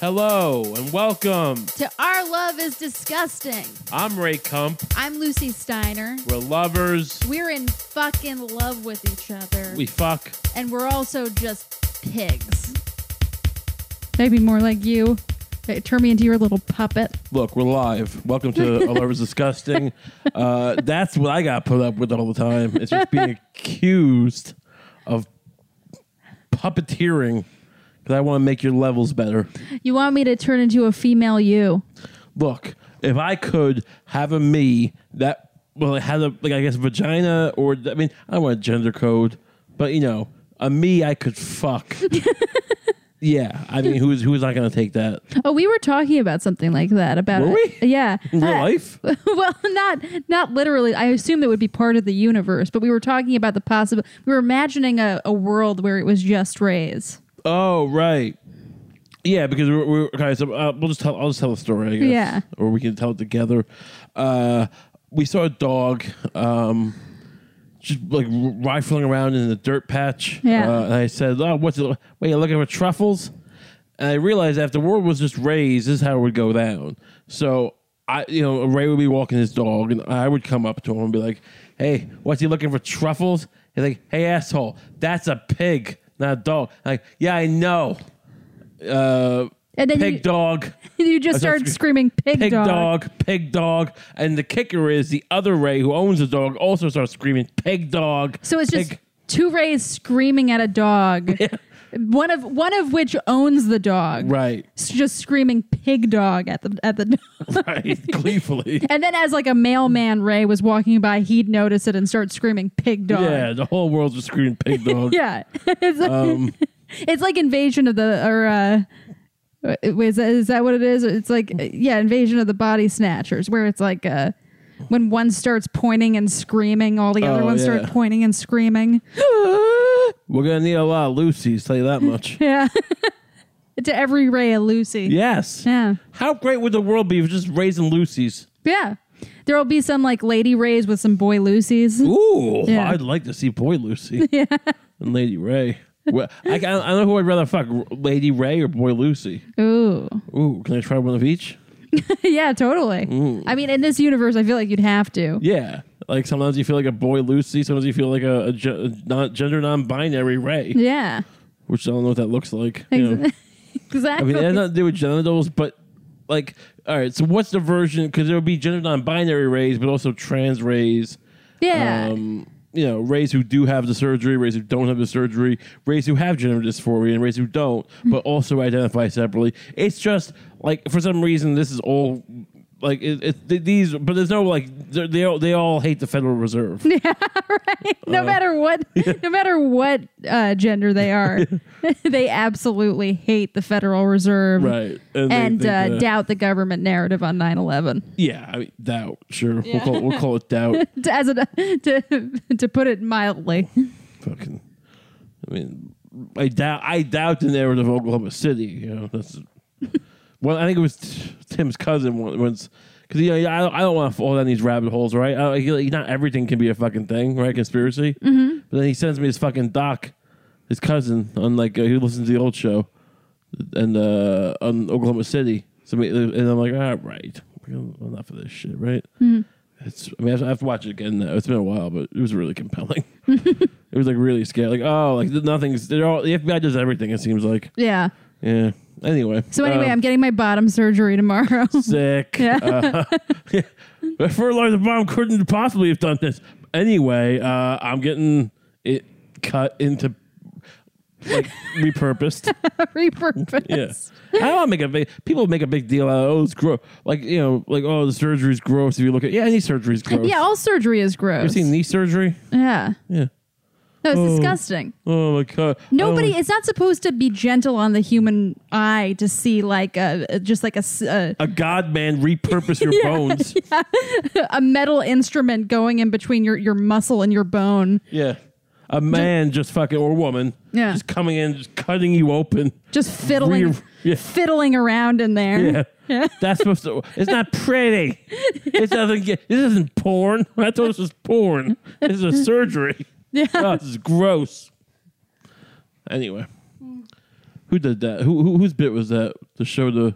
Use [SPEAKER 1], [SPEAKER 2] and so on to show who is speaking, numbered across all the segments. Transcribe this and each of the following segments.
[SPEAKER 1] Hello and welcome.
[SPEAKER 2] to Our Love is Disgusting.
[SPEAKER 1] I'm Ray Kump.
[SPEAKER 2] I'm Lucy Steiner.
[SPEAKER 1] We're lovers.
[SPEAKER 2] We're in fucking love with each other.
[SPEAKER 1] We fuck.
[SPEAKER 2] and we're also just pigs. Maybe more like you. Hey, Turn me into your little puppet.
[SPEAKER 1] Look, we're live. Welcome to Our Lovers Disgusting. Uh, that's what I got put up with all the time. It's just being accused of puppeteering because I want to make your levels better.
[SPEAKER 2] You want me to turn into a female you?
[SPEAKER 1] Look, if I could have a me that, well, it had a, like, I guess, vagina or, I mean, I don't want to gender code, but you know, a me I could fuck. yeah. I mean, who's, who's not going to take that?
[SPEAKER 2] Oh, we were talking about something like that about
[SPEAKER 1] Were
[SPEAKER 2] it.
[SPEAKER 1] we?
[SPEAKER 2] Yeah.
[SPEAKER 1] In real life?
[SPEAKER 2] well, not not literally. I assume that would be part of the universe, but we were talking about the possible. We were imagining a, a world where it was just rays.
[SPEAKER 1] Oh right. Yeah, because we're, we're okay. So uh, we'll just tell. I'll just tell the story. I guess.
[SPEAKER 2] Yeah.
[SPEAKER 1] Or we can tell it together. Uh, we saw a dog, um, just like r- rifling around in the dirt patch.
[SPEAKER 2] Yeah.
[SPEAKER 1] Uh, and I said, "Oh, what's it? Wait, you're looking for truffles?" And I realized after the world was just raised, this is how it would go down. So I, you know, Ray would be walking his dog, and I would come up to him and be like, "Hey, what's he looking for? Truffles?" He's like, "Hey, asshole, that's a pig, not a dog." I'm like, yeah, I know. Uh,
[SPEAKER 2] And then
[SPEAKER 1] pig
[SPEAKER 2] you,
[SPEAKER 1] dog,
[SPEAKER 2] you just
[SPEAKER 1] I
[SPEAKER 2] started
[SPEAKER 1] just-
[SPEAKER 2] screaming, pig,
[SPEAKER 1] pig dog.
[SPEAKER 2] dog.
[SPEAKER 1] pig dog. And the kicker is the other Ray who owns the dog also starts screaming, "Pig dog!"
[SPEAKER 2] So it's just
[SPEAKER 1] pig.
[SPEAKER 2] two rays screaming at a dog. One of one of which owns the dog.
[SPEAKER 1] right,
[SPEAKER 2] It's just screaming pig dog at the at the dog.
[SPEAKER 1] right, gleefully.
[SPEAKER 2] And then as like a mailman Ray was walking by, he'd notice it and start screaming pig dog.
[SPEAKER 1] Yeah, the whole world's just screaming, "Pig dog."
[SPEAKER 2] Yeah. it's, like,
[SPEAKER 1] Um,
[SPEAKER 2] it's like invasion of the or uh is that, is that what it is? It's like uh, yeah, invasion of the body snatchers where it's like uh when one starts pointing and screaming, all the other
[SPEAKER 1] Oh,
[SPEAKER 2] ones
[SPEAKER 1] yeah.
[SPEAKER 2] start pointing and screaming.
[SPEAKER 1] We're gonna need a lot of Lucy's. Tell you that much.
[SPEAKER 2] Yeah. to every ray of Lucy.
[SPEAKER 1] yes.
[SPEAKER 2] Yeah.
[SPEAKER 1] How great would the world be if just raising Lucy's?
[SPEAKER 2] Yeah. There'll be some like lady rays with some boy Lucy's.
[SPEAKER 1] Ooh,
[SPEAKER 2] Yeah.
[SPEAKER 1] I'd like to see Boy Lucy and Lady Ray. Well, I, I don't know who I'd rather fuck, R- Lady Ray or Boy Lucy.
[SPEAKER 2] Ooh.
[SPEAKER 1] Ooh, can I try one of each?
[SPEAKER 2] yeah, totally. I mean, in this universe, I feel like you'd have to.
[SPEAKER 1] Yeah, like sometimes you feel like a Boy Lucy, sometimes you feel like a, a, ge- a non, gender non-binary Ray,
[SPEAKER 2] Yeah.
[SPEAKER 1] which I don't know what that looks like. you know.
[SPEAKER 2] Ex-
[SPEAKER 1] I
[SPEAKER 2] Exactly.
[SPEAKER 1] mean, it has nothing to do with genitals, but like, all right, so what's the version? Because there would be gender non-binary rays, but also trans rays.
[SPEAKER 2] yeah.
[SPEAKER 1] Um, you know, rays who do have the surgery, rays who don't have the surgery, rays who have gender dysphoria, and rays who don't,
[SPEAKER 2] Hmm.
[SPEAKER 1] but also identify separately. It's just like for some reason this is all like it, it, th- these, but there's no like they're- they all, they all hate the Federal Reserve. Uh,
[SPEAKER 2] no matter what, no matter what uh, gender they are, they absolutely hate the Federal Reserve
[SPEAKER 1] Right, and, they
[SPEAKER 2] and
[SPEAKER 1] think,
[SPEAKER 2] uh,
[SPEAKER 1] uh,
[SPEAKER 2] doubt the government narrative on 9-11.
[SPEAKER 1] yeah, I mean, doubt. Sure, we'll, call, we'll call it doubt.
[SPEAKER 2] To, as a, to, to put it mildly.
[SPEAKER 1] fucking. I mean, I doubt. I doubt the narrative of Oklahoma City. You know, that's. well, I think it was t- Tim's cousin on- once. Because you know, I don't, I don't want to fall down these rabbit holes, right? I, don't- like, not everything can be a fucking thing, right? Conspiracy. Mm-hmm. But then he sends me his fucking doc, his cousin on like uh, he listens to the old show, and uh, on Oklahoma City. So me- and I'm like, all right, enough of this shit, right? It's. I mean, I have, I have to watch it again. Now. It's been a while, but it was really compelling. It was like really scary. Like oh, like nothing's. They're all the FBI does everything. It seems like
[SPEAKER 2] Yeah.
[SPEAKER 1] yeah. Anyway.
[SPEAKER 2] So anyway,
[SPEAKER 1] uh,
[SPEAKER 2] I'm getting my bottom surgery tomorrow.
[SPEAKER 1] sick.
[SPEAKER 2] Yeah.
[SPEAKER 1] Uh, yeah. Fertilizer bomb couldn't possibly have done this. Anyway, uh, I'm getting it cut into like repurposed.
[SPEAKER 2] repurposed.
[SPEAKER 1] Yeah. I don't make a big people make a big deal out of oh it's gross like you know like oh the surgery's gross if you look at yeah any surgery's gross
[SPEAKER 2] Yeah, all surgery is gross.
[SPEAKER 1] you seen knee surgery
[SPEAKER 2] yeah.
[SPEAKER 1] yeah
[SPEAKER 2] No, it's
[SPEAKER 1] Oh.
[SPEAKER 2] disgusting.
[SPEAKER 1] oh my god I don't
[SPEAKER 2] Nobody, it's not supposed to be gentle on the human eye to see like a just like a s- a,
[SPEAKER 1] Oh, a god man repurpose your bones.
[SPEAKER 2] a metal instrument going in between your your muscle and your bone,
[SPEAKER 1] Yeah. A man just fucking or woman
[SPEAKER 2] Yeah.
[SPEAKER 1] just coming in, just cutting you open.
[SPEAKER 2] just fiddling
[SPEAKER 1] Rear- yeah.
[SPEAKER 2] fiddling around in there.
[SPEAKER 1] Yeah. That's supposed to it's not pretty. It doesn't get this isn't porn. I thought this was porn. This is a surgery.
[SPEAKER 2] Yeah.
[SPEAKER 1] Oh, this is gross. Anyway. Who did that? Who, who whose bit was that to show the?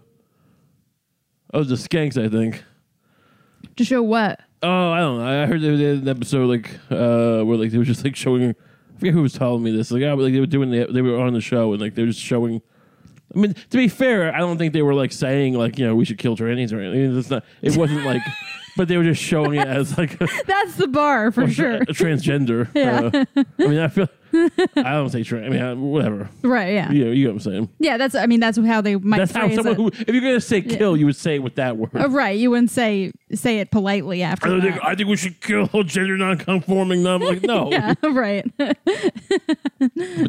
[SPEAKER 1] Oh, the skanks, I think.
[SPEAKER 2] To show what?
[SPEAKER 1] Oh, I don't know. I heard they did an episode like uh, where like they were just like showing. I forget who was telling me this. Like, yeah, but, like they were doing the, they were on the show and like they were just showing. I mean, to be fair, I don't think they were like saying like you know we should kill trannies or anything. It's not. It wasn't like, but they were just showing it as like a,
[SPEAKER 2] That's the bar for sure.
[SPEAKER 1] a transgender.
[SPEAKER 2] Yeah.
[SPEAKER 1] Uh, I mean, I feel. I don't say trans. I mean, I, whatever.
[SPEAKER 2] right, yeah. yeah.
[SPEAKER 1] You know, you know what I'm saying.
[SPEAKER 2] that's I mean that's how they might
[SPEAKER 1] That's how
[SPEAKER 2] phrase
[SPEAKER 1] someone
[SPEAKER 2] it.
[SPEAKER 1] who, if you're gonna say kill, you would say it with that word.
[SPEAKER 2] Oh, right, you wouldn't say say it politely
[SPEAKER 1] I
[SPEAKER 2] after
[SPEAKER 1] don't
[SPEAKER 2] that.
[SPEAKER 1] think, Oh, I think we should kill gender non-conforming. Them like no,
[SPEAKER 2] yeah, right.
[SPEAKER 1] but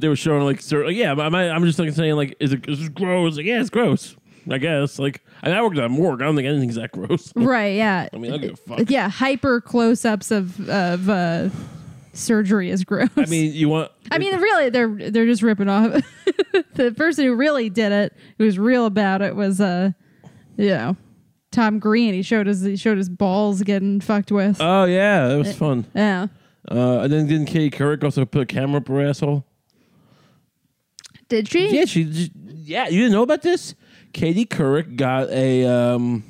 [SPEAKER 1] they were showing like, sir, like, yeah, I'm, I'm just like saying like, is it is this gross? Like, yeah, it's gross. I guess like, and I worked at morgue. I don't think anything's that gross.
[SPEAKER 2] right, yeah.
[SPEAKER 1] I mean, I don't give a fuck.
[SPEAKER 2] Yeah, hyper close ups of of uh, surgery is gross.
[SPEAKER 1] I mean, you want?
[SPEAKER 2] I mean, really, they're they're just ripping off. the person who really did it, who was real about it, was uh, you know, Tom Green. He showed his he showed his balls getting fucked with.
[SPEAKER 1] oh yeah, that was fun.
[SPEAKER 2] yeah,
[SPEAKER 1] Uh, and then didn't Katie Couric also put a camera up her asshole?
[SPEAKER 2] did she?
[SPEAKER 1] Yeah, she. j- Yeah, you didn't know about this? Katie Couric got a um,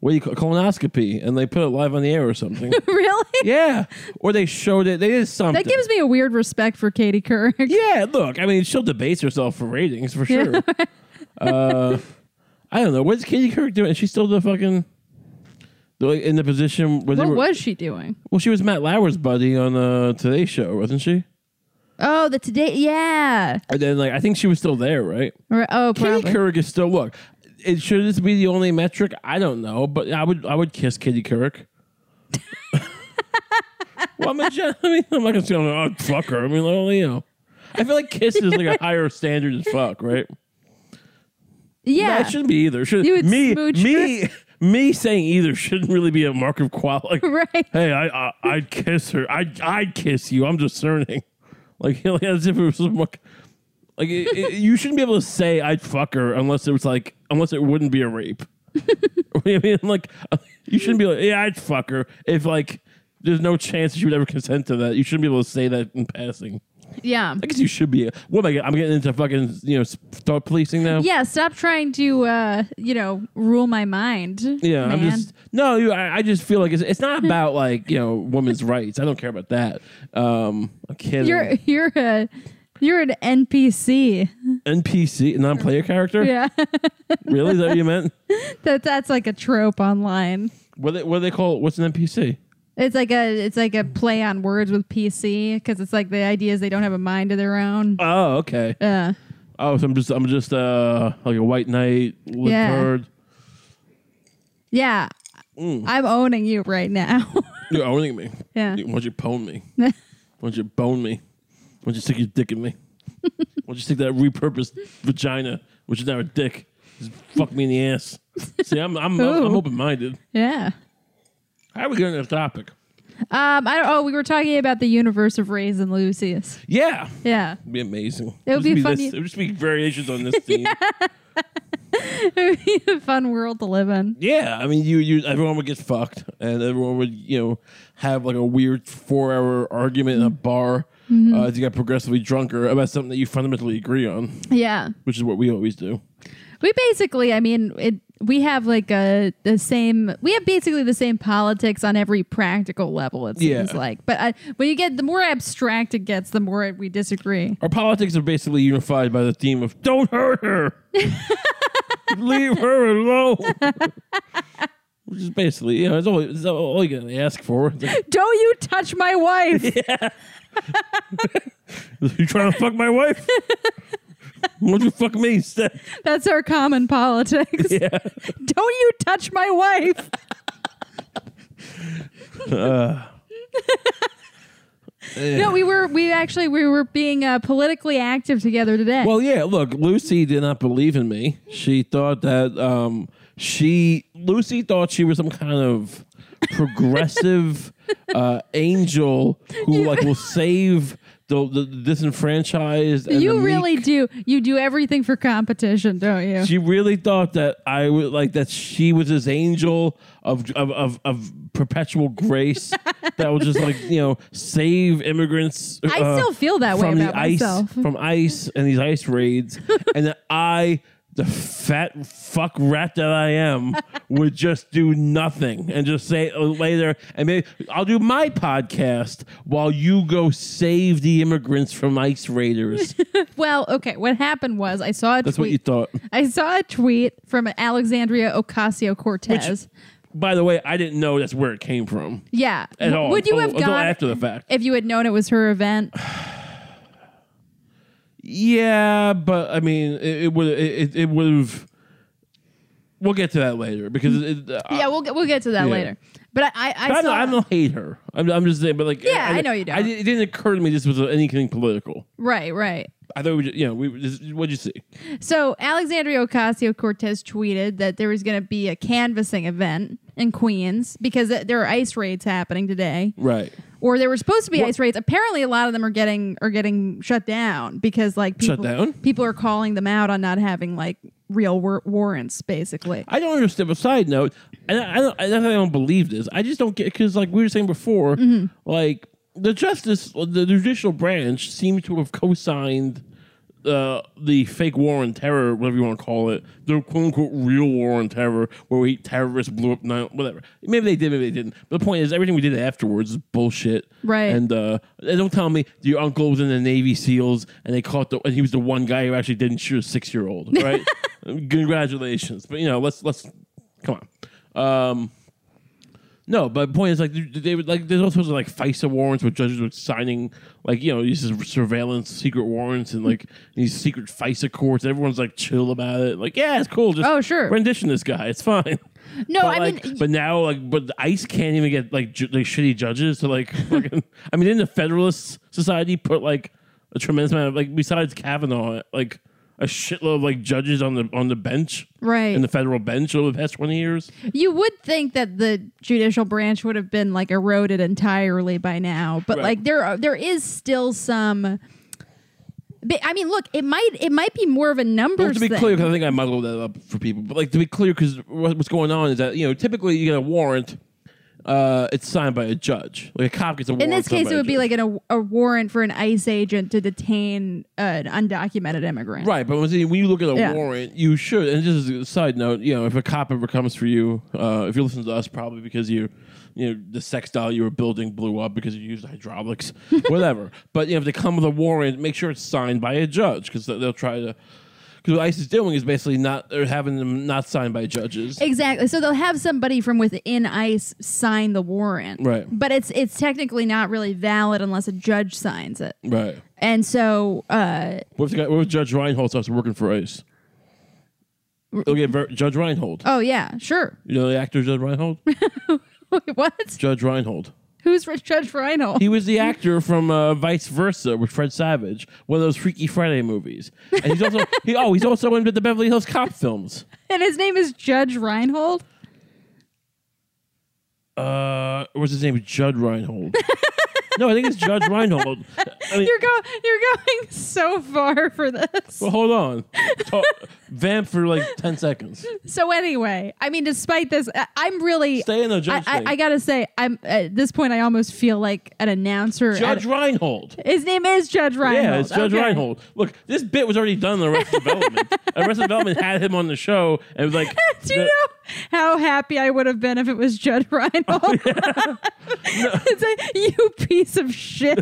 [SPEAKER 1] what do you call colonoscopy, and they put it live on the air or something.
[SPEAKER 2] really?
[SPEAKER 1] yeah, or they showed it. They did something.
[SPEAKER 2] That gives me a weird respect for Katie Couric.
[SPEAKER 1] yeah, look, I mean, she'll debase herself for ratings for sure. uh, I don't know what's Katie Couric doing. Is she still the fucking the- in the position where
[SPEAKER 2] What
[SPEAKER 1] they were?
[SPEAKER 2] was she doing?
[SPEAKER 1] Well, she was Matt Lauer's buddy on uh, Today Show, wasn't she?
[SPEAKER 2] Oh, the today, yeah.
[SPEAKER 1] And then, like, I think she was still there, right?
[SPEAKER 2] Or, oh,
[SPEAKER 1] Katie
[SPEAKER 2] probably.
[SPEAKER 1] Couric is still look. It should this be the only metric? I don't know, but I would I would kiss Katie Couric. well, I'm a gen- I mean, I'm not gonna say oh fuck her. I mean, well, you know, I feel like kiss is like a higher standard than fuck, right?
[SPEAKER 2] yeah,
[SPEAKER 1] no, it shouldn't be either. Should
[SPEAKER 2] You would
[SPEAKER 1] me
[SPEAKER 2] smooch
[SPEAKER 1] me me saying either shouldn't really be a mark of quality.
[SPEAKER 2] right.
[SPEAKER 1] Hey, I, I I'd kiss her. I I'd kiss you. I'm discerning. Like, like as if it was some, like, like it, it- you shouldn't be able to say I'd fuck her unless it was like unless it wouldn't be a rape. I mean, like you shouldn't be like yeah I'd fuck her if like there's no chance that she would ever consent to that. You shouldn't be able to say that in passing.
[SPEAKER 2] Yeah.
[SPEAKER 1] I guess you should be. What am I? I'm getting into fucking you know thought policing now.
[SPEAKER 2] Yeah, stop trying to, uh, you know, rule my mind.
[SPEAKER 1] Yeah, I'm
[SPEAKER 2] man.
[SPEAKER 1] just no. You, I, I just feel like it's it's not about like you know women's rights. I don't care about that. Um, I'm kidding.
[SPEAKER 2] You're you're a you're an NPC.
[SPEAKER 1] NPC non-player character.
[SPEAKER 2] Yeah,
[SPEAKER 1] Really? Is that what you meant?
[SPEAKER 2] that that's like a trope online.
[SPEAKER 1] What they, what do they call? What's an NPC?
[SPEAKER 2] It's like a it's like a play on words with PC because it's like the idea is they don't have a mind of their own. Uh,
[SPEAKER 1] Oh, okay.
[SPEAKER 2] Yeah,
[SPEAKER 1] Oh, so I'm just I'm just uh like a white knight, lip
[SPEAKER 2] Yeah.
[SPEAKER 1] bird.
[SPEAKER 2] yeah. I'm owning you right now.
[SPEAKER 1] You're owning me.
[SPEAKER 2] Yeah.
[SPEAKER 1] You- Why don't you pwn me? Why don't you bone me? Why don't you stick your dick in me? Why don't you stick that repurposed vagina, which is now a dick, just fuck me in the ass? See, I'm I'm I'm
[SPEAKER 2] Ooh.
[SPEAKER 1] open-minded.
[SPEAKER 2] yeah.
[SPEAKER 1] How are we getting off topic?
[SPEAKER 2] Um. I don't, oh, we were talking about the universe of Rays and Lucius.
[SPEAKER 1] Yeah.
[SPEAKER 2] Yeah.
[SPEAKER 1] It'd be amazing.
[SPEAKER 2] It would
[SPEAKER 1] Just
[SPEAKER 2] be fun
[SPEAKER 1] this-
[SPEAKER 2] you-
[SPEAKER 1] It would just be variations on this theme. yeah.
[SPEAKER 2] a fun world to live in.
[SPEAKER 1] I mean, you, you, everyone would get fucked, and everyone would, you know, have like a weird four-hour argument in a bar
[SPEAKER 2] Mm-hmm.
[SPEAKER 1] uh, as you got progressively drunker about something that you fundamentally agree on,
[SPEAKER 2] Yeah.
[SPEAKER 1] which is what we always do.
[SPEAKER 2] We basically, I mean, it, we have like a the same. We have basically the same politics on every practical level. It seems
[SPEAKER 1] Yeah.
[SPEAKER 2] like, but I, when you get the more abstract it gets, the more we disagree.
[SPEAKER 1] Our politics are basically unified by the theme of "Don't hurt her, leave her alone." Which is basically, you know, it's all, it's all you can ask for. It's like,
[SPEAKER 2] Don't you touch my wife?
[SPEAKER 1] you trying to fuck my wife? Why don't you fuck me instead?
[SPEAKER 2] That's our common politics.
[SPEAKER 1] Yeah.
[SPEAKER 2] Don't you touch my wife?
[SPEAKER 1] Uh.
[SPEAKER 2] No, we were we actually we were being uh, politically active together today.
[SPEAKER 1] Well, yeah. Look, Lucy did not believe in me. She thought that um, she Lucy thought she was some kind of progressive uh, angel who like will save the, the disenfranchised. and
[SPEAKER 2] you
[SPEAKER 1] the
[SPEAKER 2] really
[SPEAKER 1] meek.
[SPEAKER 2] do. You do everything for competition, don't you?
[SPEAKER 1] She really thought that I would like that she was this angel of of of, of perpetual grace that would just like you know save immigrants. uh,
[SPEAKER 2] I still feel that way
[SPEAKER 1] from
[SPEAKER 2] about
[SPEAKER 1] the ice,
[SPEAKER 2] myself.
[SPEAKER 1] From ice and these ice raids, and that I. The fat fuck rat that I am would just do nothing and just say oh, later, and maybe I'll do my podcast while you go save the immigrants from ICE raiders.
[SPEAKER 2] well, okay. What happened was I saw a
[SPEAKER 1] That's what you
[SPEAKER 2] tweet.
[SPEAKER 1] thought.
[SPEAKER 2] I saw a tweet from Alexandria Ocasio Cortez.
[SPEAKER 1] By the way, I didn't know that's where it came from.
[SPEAKER 2] Yeah.
[SPEAKER 1] at all. Oh,
[SPEAKER 2] Would you
[SPEAKER 1] until-
[SPEAKER 2] have
[SPEAKER 1] until
[SPEAKER 2] gone
[SPEAKER 1] after the fact?
[SPEAKER 2] if you had known it was her event?
[SPEAKER 1] Yeah, but I mean, it, it would it, it would have. We'll get to that later because it, uh,
[SPEAKER 2] yeah, we'll get, we'll get to that
[SPEAKER 1] yeah.
[SPEAKER 2] later. But I I, I
[SPEAKER 1] I,
[SPEAKER 2] saw
[SPEAKER 1] don't, I don't hate her. I'm, I'm just saying, but like,
[SPEAKER 2] Yeah, I know you don't.
[SPEAKER 1] I, it didn't occur to me this was anything political.
[SPEAKER 2] right right.
[SPEAKER 1] I thought we, just, you know, we this, what'd you see?
[SPEAKER 2] So Alexandria Ocasio Cortez tweeted that there was going to be a canvassing event in Queens because th- there are ice raids happening today,
[SPEAKER 1] Right,
[SPEAKER 2] or there were supposed to be
[SPEAKER 1] What-
[SPEAKER 2] ice raids. Apparently, a lot of them are getting are getting shut down because like people,
[SPEAKER 1] Shut down?
[SPEAKER 2] people are calling them out on not having like real war- warrants, basically.
[SPEAKER 1] I don't understand. But side note, and I, I don't, I, I don't believe this. I just don't get because, like we were saying before,
[SPEAKER 2] Mm-hmm.
[SPEAKER 1] like the justice, the judicial branch seemed to have co-signed uh, the fake war on terror, whatever you want to call it, the quote unquote real war on terror, where we terrorists blew up nine, whatever. Maybe they did, maybe they didn't. But the point is, everything we did afterwards is bullshit.
[SPEAKER 2] Right.
[SPEAKER 1] And uh, they don't tell me your uncle was in the Navy SEALs and they caught the, and he was the one guy who actually didn't shoot a six year old, right? Congratulations. But, you know, let's, let's, come on. Um, No, but the point is like they- they would like there's all sorts of like FISA warrants where judges were signing like you know these is surveillance secret warrants and like these secret FISA courts. Everyone's like chill about it. Like yeah, it's cool. Just
[SPEAKER 2] Oh, sure.
[SPEAKER 1] rendition this guy. It's fine.
[SPEAKER 2] No,
[SPEAKER 1] but,
[SPEAKER 2] I
[SPEAKER 1] like,
[SPEAKER 2] mean-
[SPEAKER 1] but now like but ICE can't even get like ju- like shitty judges to like. fucking, I mean, in the Federalist Society, put like a tremendous amount of like besides Kavanaugh, like a shitload of like judges on the on the bench,
[SPEAKER 2] Right.
[SPEAKER 1] In the federal bench over the past twenty years.
[SPEAKER 2] You would think that the judicial branch would have been like eroded entirely by now, but
[SPEAKER 1] Right.
[SPEAKER 2] like there are, there is still some. But, I mean, look, it might it might be more of a
[SPEAKER 1] Well,
[SPEAKER 2] numbers
[SPEAKER 1] to be
[SPEAKER 2] thing.
[SPEAKER 1] clear, because I think I muddled that up for people. But like to be clear, because what, what's going on is that you know typically you get a warrant, uh, it's signed by a judge. Like a cop gets a warrant.
[SPEAKER 2] In this
[SPEAKER 1] signed
[SPEAKER 2] case,
[SPEAKER 1] by
[SPEAKER 2] it
[SPEAKER 1] a
[SPEAKER 2] would be
[SPEAKER 1] judge.
[SPEAKER 2] like an, a warrant for an ICE agent to detain an undocumented immigrant.
[SPEAKER 1] right. But when you- when you look at a
[SPEAKER 2] Yeah.
[SPEAKER 1] warrant, you should. And just as a side note, you know, if a cop ever comes for you, uh, if you listen to us, probably because you, you know, the sex doll you were building blew up because you used hydraulics, whatever. But you know, if they come with a warrant, make sure it's signed by a judge because they'll try to. Because what ICE is doing is basically not they're having them not signed by judges.
[SPEAKER 2] Exactly. So they'll have somebody from within ICE sign the warrant.
[SPEAKER 1] Right.
[SPEAKER 2] But it's it's technically not really valid unless a judge signs it.
[SPEAKER 1] right.
[SPEAKER 2] And so uh
[SPEAKER 1] What if, the guy, what if Judge Reinhold starts working for ICE? Okay, Ver- Judge Reinhold.
[SPEAKER 2] oh yeah, sure.
[SPEAKER 1] You know the actor Judge Reinhold?
[SPEAKER 2] Wait, what?
[SPEAKER 1] Judge Reinhold.
[SPEAKER 2] Who's Judge Reinhold?
[SPEAKER 1] He was the actor from uh, Vice Versa with Fred Savage, one of those Freaky Friday movies. And he's also he, oh he's also in the Beverly Hills Cop films.
[SPEAKER 2] And his name is Judge Reinhold.
[SPEAKER 1] Uh, or was his name Judd Reinhold? no, I think it's Judge Reinhold. I mean,
[SPEAKER 2] You're go you're going so far for this.
[SPEAKER 1] well, hold on, Talk, vamp for like ten seconds.
[SPEAKER 2] So anyway, I mean, despite this, I, I'm really
[SPEAKER 1] Stay in the
[SPEAKER 2] I,
[SPEAKER 1] judge
[SPEAKER 2] I,
[SPEAKER 1] thing.
[SPEAKER 2] I gotta say, I'm at this point, I almost feel like an announcer. at-
[SPEAKER 1] Judge Reinhold.
[SPEAKER 2] his name is Judge Reinhold.
[SPEAKER 1] Yeah, it's Judge
[SPEAKER 2] Okay.
[SPEAKER 1] Reinhold. Look, this bit was already done in Arrested Development. Arrested Development had him on the show and was like,
[SPEAKER 2] Do you know how happy I would have been if it was Judge Reinhold?
[SPEAKER 1] Oh,
[SPEAKER 2] it's a, you piece of shit.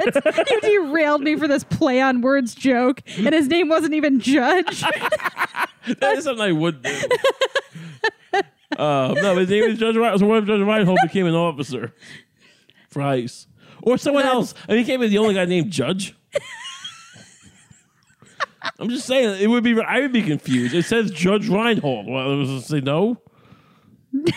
[SPEAKER 2] you derailed me for this play on words joke, and his name wasn't even Judge.
[SPEAKER 1] that is something I would do. Uh, no, his name is Judge Reinhold. So what if Judge Reinhold became an officer? Price. Or someone
[SPEAKER 2] That's-
[SPEAKER 1] else. And he can't be the only guy named Judge. I'm just saying, it would be, I would be confused. It says Judge Reinhold. Well, I was going to say no.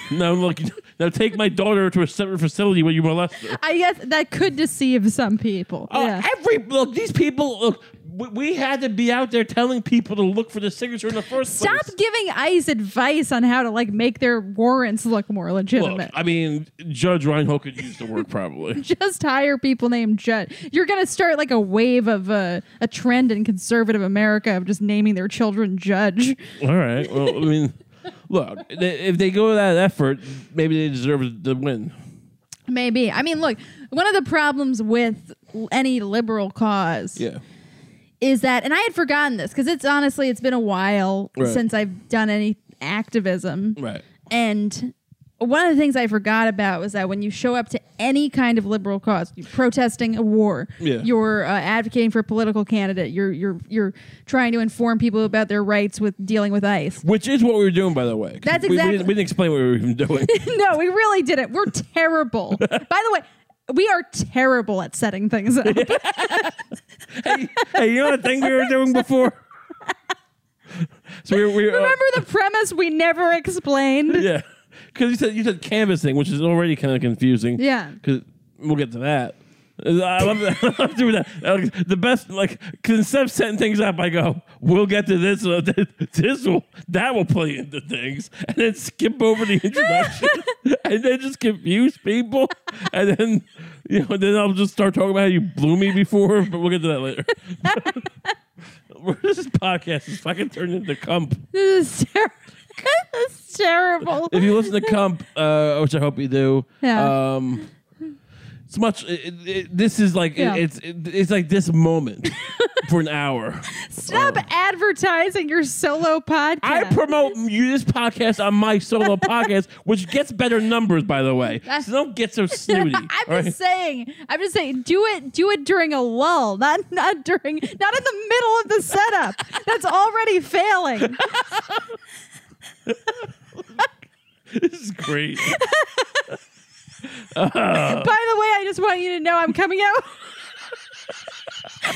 [SPEAKER 1] no, look, now take my daughter to a separate facility where you molest her.
[SPEAKER 2] I guess that could deceive some people.
[SPEAKER 1] Oh,
[SPEAKER 2] yeah.
[SPEAKER 1] Every look, these people look. we, we had to be out there telling people to look for the signature in the first
[SPEAKER 2] Stop
[SPEAKER 1] place.
[SPEAKER 2] giving ICE advice on how to like make their warrants look more legitimate.
[SPEAKER 1] Look, I mean, Judge Reinhold could use the word probably.
[SPEAKER 2] just hire people named Judd. You're gonna start like a wave of uh, a trend in conservative America of just naming their children Judge.
[SPEAKER 1] All right. Well, I mean, look, they, if they go that effort, maybe they deserve the win.
[SPEAKER 2] Maybe. I mean, look, one of the problems with l- any liberal cause
[SPEAKER 1] Yeah.
[SPEAKER 2] is that, and I had forgotten this because it's honestly it's been a while
[SPEAKER 1] Right.
[SPEAKER 2] since I've done any activism,
[SPEAKER 1] Right.
[SPEAKER 2] and. One of the things I forgot about was that when you show up to any kind of liberal cause, you're protesting a war,
[SPEAKER 1] Yeah.
[SPEAKER 2] you're uh, advocating for a political candidate, you're you're you're trying to inform people about their rights with dealing with ICE.
[SPEAKER 1] Which is what we were doing, by the way. 'Cause
[SPEAKER 2] That's
[SPEAKER 1] we- we didn't-
[SPEAKER 2] exactly-
[SPEAKER 1] We, didn't explain what we were even doing.
[SPEAKER 2] no, we really didn't. We're terrible. By the way, we are terrible at setting things up.
[SPEAKER 1] hey, hey, you know the thing we were doing before? So we were. We were uh,
[SPEAKER 2] Remember the premise we never explained?
[SPEAKER 1] yeah. Because you said you said canvassing, which is already kind of confusing.
[SPEAKER 2] Yeah.
[SPEAKER 1] Because we'll get to that. I love, that. I love doing that. Like, the best, like, instead of setting things up, I go, "We'll get to this. uh, this will that will play into things," and then skip over the introduction, and then just confuse people, and then you know, then I'll just start talking about how you blew me before. But we'll get to that later. this podcast is fucking turned into Cump.
[SPEAKER 2] This is, ter- this is terrible.
[SPEAKER 1] if you listen to Comp, uh, which I hope you do,
[SPEAKER 2] Yeah.
[SPEAKER 1] um, it's much. It, it, this is like it-
[SPEAKER 2] Yeah.
[SPEAKER 1] it's it, it's like this moment for an hour.
[SPEAKER 2] Stop advertising your solo podcast.
[SPEAKER 1] I promote you this podcast on my solo podcast, which gets better numbers, by the way. So don't get so snooty.
[SPEAKER 2] I'm just
[SPEAKER 1] all right?
[SPEAKER 2] saying. I'm just saying. Do it. Do it during a lull, not not during, not in the middle of the setup. That's already
[SPEAKER 1] Uh.
[SPEAKER 2] failing.
[SPEAKER 1] This is great.
[SPEAKER 2] By the way, I just want you to know I'm coming out.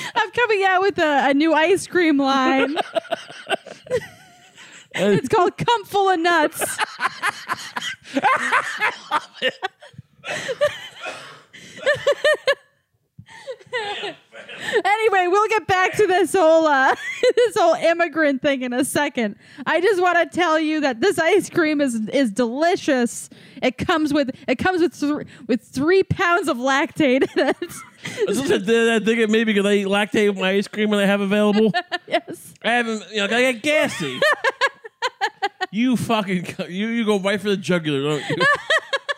[SPEAKER 2] I'm coming out with a, a new ice cream line.
[SPEAKER 1] And-
[SPEAKER 2] It's called Cup Full of Nuts. anyway, we'll get back to this whole uh, this whole immigrant thing in a second. I just want to tell you that this ice cream is is delicious. It comes with it comes with thr with three pounds of lactate in it.
[SPEAKER 1] This is a- that thing it made because I eat lactate with my ice cream when I have available.
[SPEAKER 2] yes.
[SPEAKER 1] I haven't, you know, I get gassy. you fucking, c- you you go right for the jugular, don't you?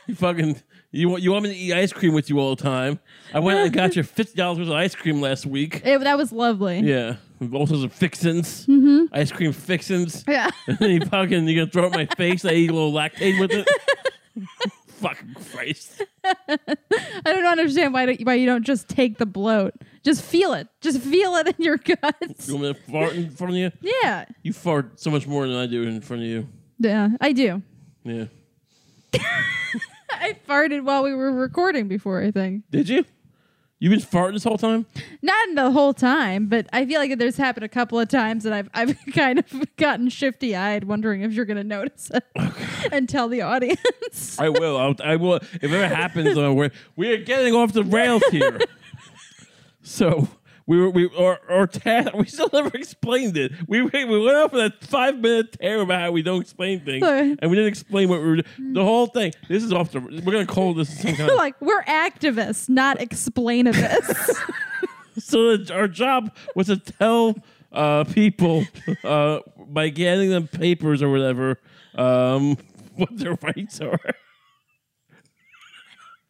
[SPEAKER 1] you fucking, you want you want me to eat ice cream with you all the time? I went and got your fifty dollars worth of ice cream last week.
[SPEAKER 2] It, that was lovely.
[SPEAKER 1] Yeah, with all sorts of fixins, mm-hmm. ice cream fixins.
[SPEAKER 2] Yeah.
[SPEAKER 1] and then you fucking, you gonna throw it in my face? I eat a little lactate with it. fucking Christ!
[SPEAKER 2] I don't understand why don't, why you don't just take the bloat. Just feel it. Just feel it in your guts.
[SPEAKER 1] You want me to fart in front of you?
[SPEAKER 2] Yeah.
[SPEAKER 1] You fart so much more than I do in front of you.
[SPEAKER 2] Yeah, I do.
[SPEAKER 1] Yeah.
[SPEAKER 2] I farted while we were recording before, I think.
[SPEAKER 1] Did you? You've been farting this whole time?
[SPEAKER 2] Not in the whole time, but I feel like there's happened a couple of times that I've I've kind of gotten shifty eyed wondering if you're gonna notice it and tell the audience.
[SPEAKER 1] I will. I'll, I will. If ever happens, uh, we're, we are getting off the rails here. so we were we our, our ta- we still never explained it. We we we went off on a five minute tear about how we don't explain things,
[SPEAKER 2] Sorry.
[SPEAKER 1] and we didn't explain what we were. The whole thing. This is off the. We're gonna call this some kind of
[SPEAKER 2] like we're activists, not explainivists.
[SPEAKER 1] so that our job was to tell uh, people uh, by getting them papers or whatever um, what their rights are.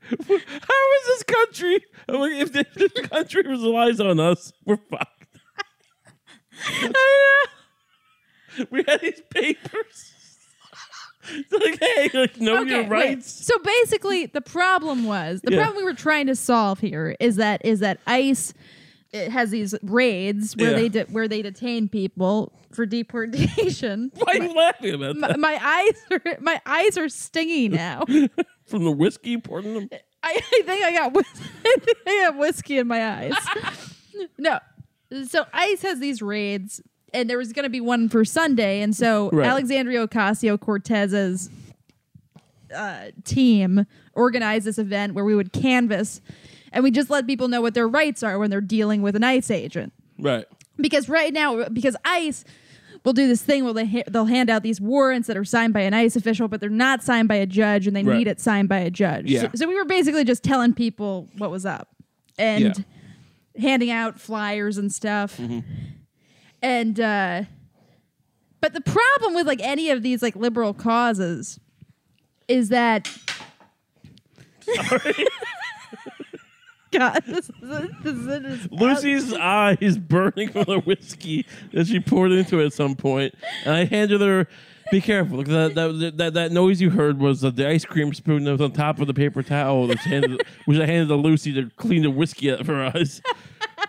[SPEAKER 1] How is this country? I'm like, if this this country relies on us, we're fucked. I know. We had these papers. It's like, hey, like, know your
[SPEAKER 2] wait.
[SPEAKER 1] rights.
[SPEAKER 2] So basically, the problem was the
[SPEAKER 1] Yeah.
[SPEAKER 2] problem we were trying to solve here is that is that ICE it has these raids where
[SPEAKER 1] Yeah.
[SPEAKER 2] they de- where they detain people for deportation.
[SPEAKER 1] Why are you laughing about
[SPEAKER 2] my,
[SPEAKER 1] that?
[SPEAKER 2] my eyes are my eyes are stingy now.
[SPEAKER 1] From the whiskey poured in them?
[SPEAKER 2] I, I think I got whis- I think I have whiskey in my eyes. no, so ICE has these raids, and there was going to be one for Sunday, and so
[SPEAKER 1] Right.
[SPEAKER 2] Alexandria Ocasio Cortez's uh, team organized this event where we would canvas, and we just let people know what their rights are when they're dealing with an ICE agent.
[SPEAKER 1] Right.
[SPEAKER 2] because right now because ICE will do this thing where they ha- they'll hand out these warrants that are signed by an ICE official, but they're not signed by a judge, and they
[SPEAKER 1] Right.
[SPEAKER 2] need it signed by a judge.
[SPEAKER 1] Yeah.
[SPEAKER 2] So, so we were basically just telling people what was up and handing out flyers and stuff,
[SPEAKER 1] Mm-hmm.
[SPEAKER 2] and. uh but the problem with like any of these like liberal causes is that God, this is, this is
[SPEAKER 1] Lucy's eye is burning from the whiskey that she poured into it at some point, and I handed her. Be careful! Look, that, that that that noise you heard was the, the ice cream spoon that was on top of the paper towel, that's handed, which I handed to Lucy to clean the whiskey up for us.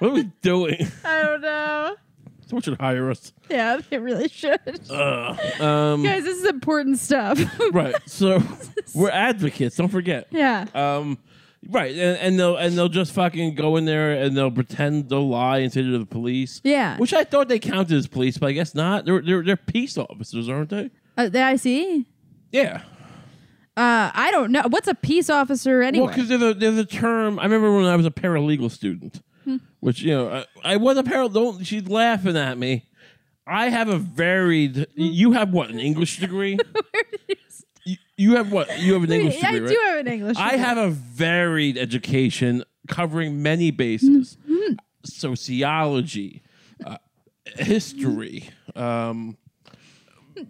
[SPEAKER 1] What are we doing?
[SPEAKER 2] I don't know.
[SPEAKER 1] Someone should hire us.
[SPEAKER 2] Yeah, it really should.
[SPEAKER 1] Ugh. um,
[SPEAKER 2] Guys, this is important stuff.
[SPEAKER 1] right. So we're advocates. Don't forget.
[SPEAKER 2] yeah.
[SPEAKER 1] Um, right, and, and they'll and they'll just fucking go in there and they'll pretend they'll lie and say they're the police.
[SPEAKER 2] Yeah.
[SPEAKER 1] which I thought they counted as police, but I guess not. They're they're, they're peace officers, aren't they?
[SPEAKER 2] Uh, the IC?
[SPEAKER 1] Yeah.
[SPEAKER 2] Uh, I don't know. What's a peace officer
[SPEAKER 1] Well,
[SPEAKER 2] anyway?
[SPEAKER 1] because they're the, they're the term. I remember when I was a paralegal student,
[SPEAKER 2] Hmm.
[SPEAKER 1] which you know I, I was a paralegal. Don't she's laughing at me. I have a varied. You have what an English degree? you, you have what? You have an English
[SPEAKER 2] I
[SPEAKER 1] degree, right?
[SPEAKER 2] do have an English.
[SPEAKER 1] I have a varied education covering many bases sociology, uh, history, um,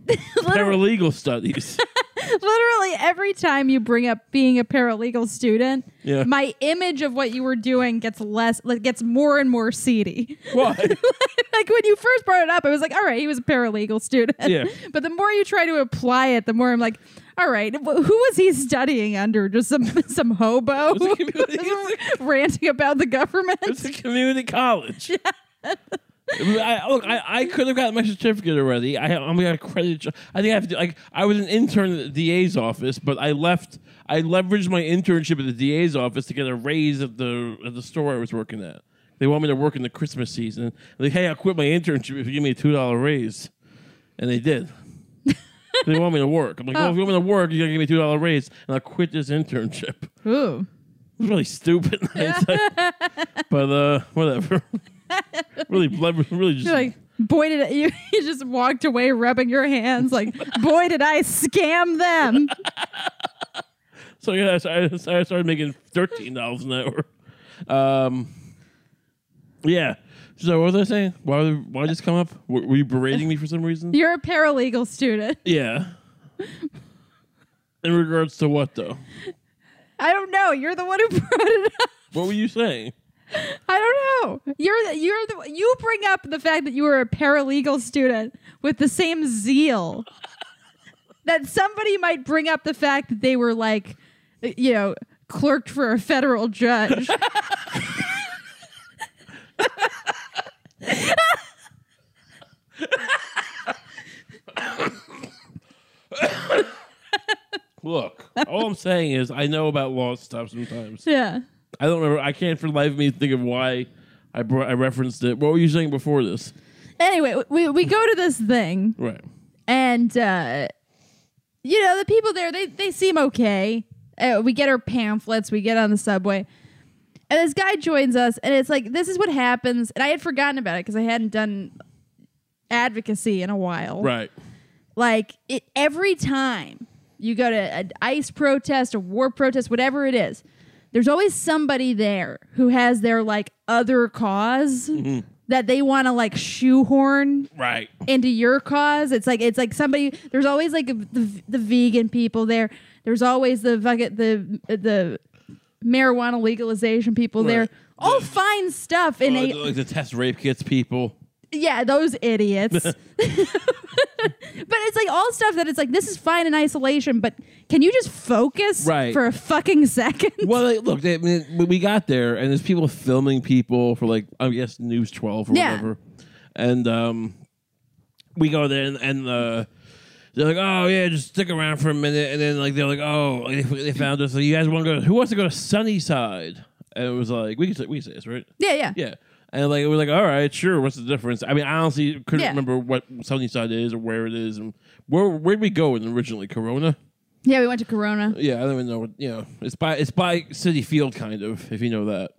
[SPEAKER 2] literally,
[SPEAKER 1] paralegal studies.
[SPEAKER 2] literally every time you bring up being a paralegal student,
[SPEAKER 1] Yeah.
[SPEAKER 2] my image of what you were doing gets less, like, gets more and more seedy.
[SPEAKER 1] Why?
[SPEAKER 2] like when you first brought it up, I was like, all right, he was a paralegal student.
[SPEAKER 1] Yeah.
[SPEAKER 2] But the more you try to apply it, the more I'm like, all right, wh- who was he studying under? Just some some hobo
[SPEAKER 1] was a community-
[SPEAKER 2] who was ranting about the government.
[SPEAKER 1] It's a community college. I, look, I, I could have gotten my certificate already. I have, I'm gonna credit. jo- I think I have to. Like, I was an intern at the DA's office, but I left. I leveraged my internship at the DA's office to get a raise at the at the store I was working at. They want me to work in the Christmas season. Like, hey, I'll quit my internship if you give me a two dollar raise, and they did. they want me to work. I'm like, well, if you want me to work, you gotta give me a two dollar raise, and I'll quit this internship.
[SPEAKER 2] Ooh.
[SPEAKER 1] It's really stupid. It's like- but uh, whatever. really, blubber- really just
[SPEAKER 2] You're like, boy, did I, you, you just walked away rubbing your hands like, boy, did I scam them.
[SPEAKER 1] so yeah. So I, so I started making thirteen dollars an hour. Um, yeah. So what was I saying? Why would- why did this come up? Were, were you berating me for some reason?
[SPEAKER 2] You're a paralegal student.
[SPEAKER 1] Yeah. In regards to what though?
[SPEAKER 2] I don't know. You're the one who brought it up.
[SPEAKER 1] What were you saying?
[SPEAKER 2] I don't know. You're the, you're the, you bring up the fact that you were a paralegal student with the same zeal that somebody might bring up the fact that they were like, you know, clerked for a federal judge.
[SPEAKER 1] Look, all I'm saying is I know about law stuff sometimes.
[SPEAKER 2] yeah.
[SPEAKER 1] I don't remember. I can't for the life of me think of why I brought, I referenced it. What were you saying before this?
[SPEAKER 2] Anyway, we we go to this thing
[SPEAKER 1] Right.
[SPEAKER 2] and uh you know, the people there they they seem okay. Uh, we get our pamphlets, we get on the subway. And this guy joins us and it's like this is what happens and I had forgotten about it cuz I hadn't done advocacy in a while.
[SPEAKER 1] Right.
[SPEAKER 2] Like it, every time you go to an ICE protest, a war protest, whatever it is, there's always somebody there who has their like other because that they want to like shoehorn
[SPEAKER 1] Right.
[SPEAKER 2] into your cause. It's like it's like somebody. There's always like the, the vegan people there. There's always the fucking the the marijuana legalization people there.
[SPEAKER 1] Right.
[SPEAKER 2] All fine stuff in
[SPEAKER 1] Uh,
[SPEAKER 2] a
[SPEAKER 1] like the test rape kits people.
[SPEAKER 2] yeah, those idiots. but it's like all stuff that it's like this is fine in isolation, but can you just focus
[SPEAKER 1] Right.
[SPEAKER 2] for a fucking second?
[SPEAKER 1] Well, like, look, they, I mean, when we got there, and there's people filming people for like I guess News 12 or
[SPEAKER 2] Yeah.
[SPEAKER 1] whatever, and um, we go there and, and uh, they're like, oh yeah, just stick around for a minute, and then like they're like, oh, like, they, they found us. Like, you guys want to go? Who wants to go to Sunnyside? And it was like we can say, we can say this right.
[SPEAKER 2] Yeah, yeah,
[SPEAKER 1] Yeah. And like it was like, all right, sure. What's the difference? I mean, I honestly couldn't
[SPEAKER 2] Yeah.
[SPEAKER 1] remember what Sunnyside is or where it is, and where where'd we go in originally? Corona.
[SPEAKER 2] Yeah, we went to Corona.
[SPEAKER 1] Yeah, I don't even know. What, you know, it's by it's by City Field, kind of. If you know that,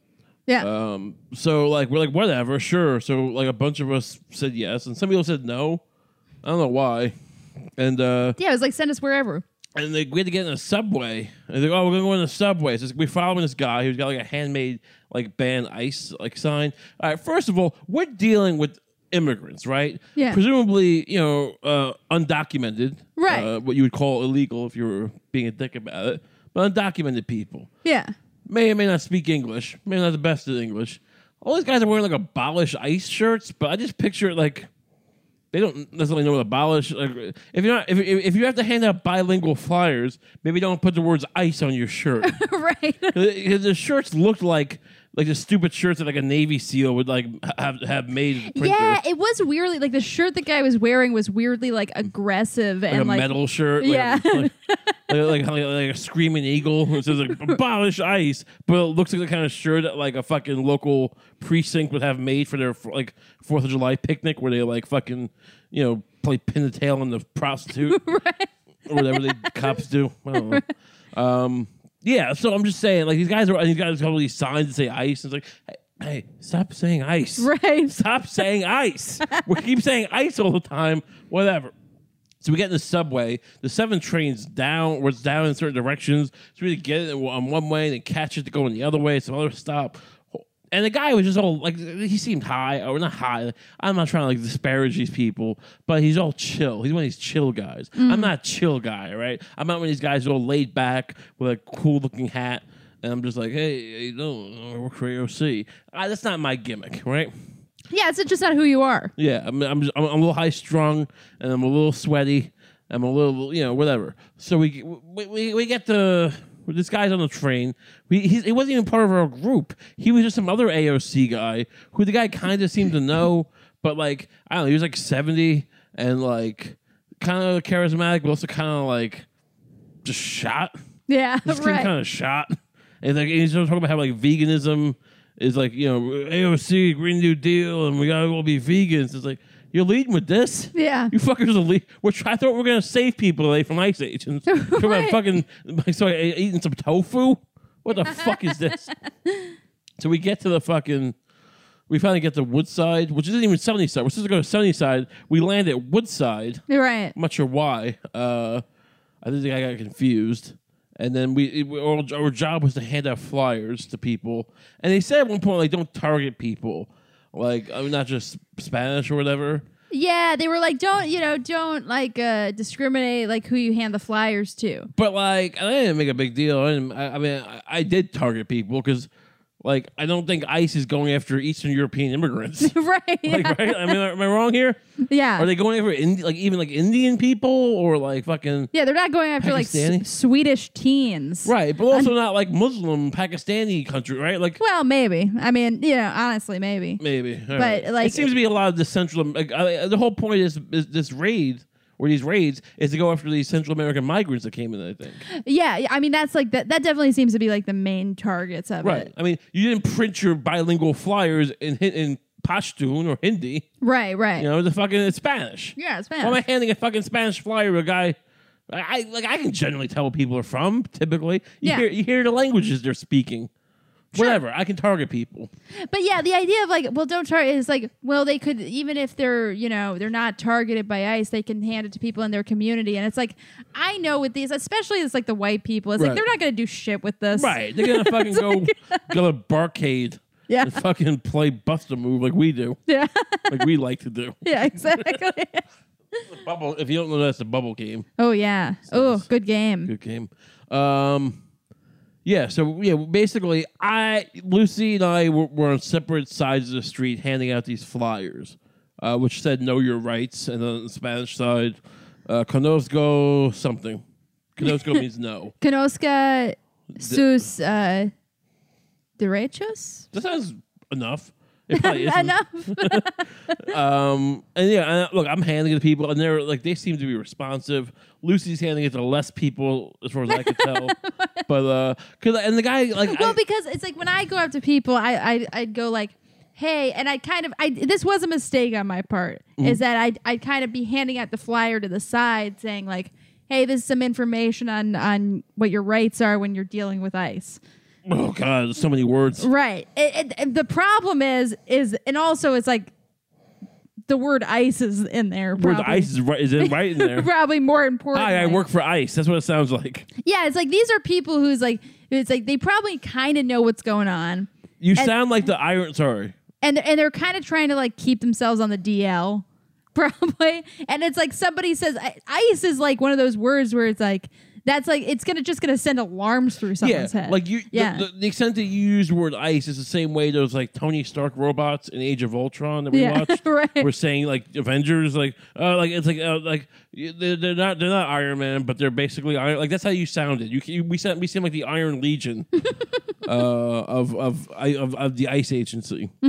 [SPEAKER 2] Yeah.
[SPEAKER 1] Um, so like we're like whatever, sure. So like a bunch of us said yes, and some people said no. I don't know why. And uh,
[SPEAKER 2] yeah, it was like send us wherever.
[SPEAKER 1] and they, we had to get in a subway. And they're like, oh, we're gonna go in the subway. So we're following this guy who's got like a handmade like ban ice like sign. All right, first of all, we're dealing with immigrants, right?
[SPEAKER 2] Yeah.
[SPEAKER 1] Presumably, you know, uh, undocumented.
[SPEAKER 2] Right.
[SPEAKER 1] Uh, what you would call illegal if you were being a dick about it, but undocumented people
[SPEAKER 2] Yeah.
[SPEAKER 1] may or may not speak English, may not the best at English. All these guys are wearing like abolish ice shirts, but I just picture it like they don't necessarily know what abolish. Like, if you're not, if, if if you have to hand out bilingual flyers, maybe don't put the words ice on your shirt.
[SPEAKER 2] right.
[SPEAKER 1] Because the shirts looked like like the stupid shirts that like a Navy SEAL would like have have made. at the printer.
[SPEAKER 2] Yeah, it was weirdly like the shirt the guy was wearing was weirdly like aggressive
[SPEAKER 1] Like
[SPEAKER 2] and
[SPEAKER 1] a
[SPEAKER 2] like
[SPEAKER 1] metal shirt, like-
[SPEAKER 2] Yeah.
[SPEAKER 1] like, like, like, like a screaming eagle. It says like abolish ice, but it looks like the kind of shirt that like a fucking local precinct would have made for their like Fourth of July picnic, where they like fucking you know play pin the tail on the prostitute or whatever the cops do. I don't know. Um, yeah, so I'm just saying, like these guys are, and these guys have all these signs that say ice, and it's like, hey, hey stop saying ice,
[SPEAKER 2] right.
[SPEAKER 1] Stop saying ice. we keep saying ice all the time. Whatever. So we get in the subway. The seven trains down was down in certain directions. So we had to get it on one way and then catch it to go in the other way. Some other stop. And the guy was just all like he seemed high or not high. I'm not trying to like disparage these people, but he's all chill. He's one of these chill guys. I'm not a chill guy, right? I'm not one of these guys who are all laid back with a cool looking hat. And I'm just like, hey, you know, I work for AOC. Ah, that's not my gimmick, right?
[SPEAKER 2] Yeah, it's just not who you are.
[SPEAKER 1] Yeah, I'm I'm, just, I'm I'm a little high strung and I'm a little sweaty. I'm a little you know whatever. So we we we, we get the this guy's on the train. We he's, he wasn't even part of our group. He was just some other AOC guy who the guy kind of seemed to know, but like I don't know. He was like seventy and like kind of charismatic, but also kind of like just shot
[SPEAKER 2] Yeah,
[SPEAKER 1] this
[SPEAKER 2] right.
[SPEAKER 1] kind of shot. And like he's talking about how like veganism is like you know AOC Green New Deal, and we gotta all be vegans. It's like you're leading with this.
[SPEAKER 2] yeah.
[SPEAKER 1] You fuckers are leading. We're try- I thought we were gonna save people away from ice age, and talking about
[SPEAKER 2] Right.
[SPEAKER 1] fucking like, sorry, e- eating some tofu. What the fuck is this? So we get to the fucking. We finally get to Woodside, which isn't even Sunnyside. We're supposed to go to Sunnyside. We land at Woodside.
[SPEAKER 2] You're right.
[SPEAKER 1] I'm not sure why. Uh, I think I got confused. And then we, it, we- our, our job was to hand out flyers to people. And they said at one point, like, don't target people, like, I mean, not just Spanish or whatever.
[SPEAKER 2] Yeah, they were like, don't you know, don't like uh discriminate like who you hand the flyers to.
[SPEAKER 1] But like, I didn't make a big deal. I, didn't, I, I mean, I, I did target people because, like, I don't think ICE is going after Eastern European immigrants.
[SPEAKER 2] right.
[SPEAKER 1] like, right? I mean, am I wrong here?
[SPEAKER 2] yeah.
[SPEAKER 1] Are they going after Indi- like even like Indian people or like fucking
[SPEAKER 2] yeah, they're not going after like
[SPEAKER 1] Pakistani?
[SPEAKER 2] s- Swedish teens.
[SPEAKER 1] right? But also not like Muslim Pakistani country, right? Like.
[SPEAKER 2] Well, maybe. I mean, you know, honestly, maybe.
[SPEAKER 1] Maybe, All
[SPEAKER 2] But, like-
[SPEAKER 1] it seems to be a lot of the Central. Like, I, the whole point is, is this raid or these raids is to go after these Central American migrants that came in. I think,
[SPEAKER 2] Yeah, yeah, I mean that's like that that definitely seems to be like the main targets of
[SPEAKER 1] right?
[SPEAKER 2] it.
[SPEAKER 1] I mean, you didn't print your bilingual flyers in Hin- in Pashtun or Hindi.
[SPEAKER 2] Right, right.
[SPEAKER 1] You know, the fucking it's Spanish.
[SPEAKER 2] Yeah, it's
[SPEAKER 1] Why am I
[SPEAKER 2] bad.
[SPEAKER 1] handing a fucking Spanish flyer to a guy? I, I like I can generally tell where people are from. Typically, you
[SPEAKER 2] Yeah.
[SPEAKER 1] hear you hear the languages they're speaking. Whatever, I can target people.
[SPEAKER 2] But yeah, the idea of like, well, don't target is like, well, they could even if they're you know they're not targeted by ICE, they can hand it to people in their community, and it's like, I know with these, especially it's like the white people, it's
[SPEAKER 1] Right.
[SPEAKER 2] like they're not gonna do shit with this,
[SPEAKER 1] Right? They're gonna fucking go go to barcade.
[SPEAKER 2] Yeah.
[SPEAKER 1] And fucking play Buster Move like we do,
[SPEAKER 2] Yeah,
[SPEAKER 1] like we like to do.
[SPEAKER 2] yeah, exactly.
[SPEAKER 1] Bubble. If you don't know, that's a bubble game.
[SPEAKER 2] oh yeah. Oh, good game.
[SPEAKER 1] Good game. Um, yeah. So yeah, basically, I Lucy and I were, were on separate sides of the street handing out these flyers, uh, which said "Know Your Rights," and on the Spanish side, uh, "Conozco something." Conozco means no.
[SPEAKER 2] Conozca sus uh, derechos.
[SPEAKER 1] That sounds enough. It probably isn't.
[SPEAKER 2] Enough.
[SPEAKER 1] Um, and yeah, I, look, I'm handing it to people, and they're like, they seem to be responsive. Lucy's handing it to less people, as far as I could tell. but uh, cause and the guy like,
[SPEAKER 2] well
[SPEAKER 1] I-
[SPEAKER 2] because it's like when i go up to people i, I i'd go like hey and i kind of i this was a mistake on my part
[SPEAKER 1] Mm-hmm.
[SPEAKER 2] is that I'd, I'd kind of be handing out the flyer to the side saying like hey this is some information on on what your rights are when you're dealing with ice
[SPEAKER 1] oh god, there's so many words.
[SPEAKER 2] Right. It, it, the problem is, is, and also it's like the word ice is in there.
[SPEAKER 1] Word
[SPEAKER 2] Probably.
[SPEAKER 1] ice is right, is it right in there?
[SPEAKER 2] probably more important.
[SPEAKER 1] Hi, I work for ICE. That's what it sounds like.
[SPEAKER 2] Yeah, it's like these are people who's like, it's like they probably kind of know what's going on,
[SPEAKER 1] You sound like the iron. Sorry,
[SPEAKER 2] and and they're kind of trying to like keep themselves on the DL, probably. And it's like somebody says I- ice is like one of those words where it's like that's like it's gonna just gonna send alarms through someone's head.
[SPEAKER 1] like you.
[SPEAKER 2] yeah,
[SPEAKER 1] The, the, the extent that you use the word ice is the same way those like Tony Stark robots in Age of Ultron that we
[SPEAKER 2] Yeah,
[SPEAKER 1] watched.
[SPEAKER 2] right.
[SPEAKER 1] We're saying like Avengers, like uh, like it's like uh, like y- they're, they're not they're not Iron Man, but they're basically Iron. Like that's how you sounded. You, you we sound we seem like the Iron Legion uh, of of I- of of the Ice Agency.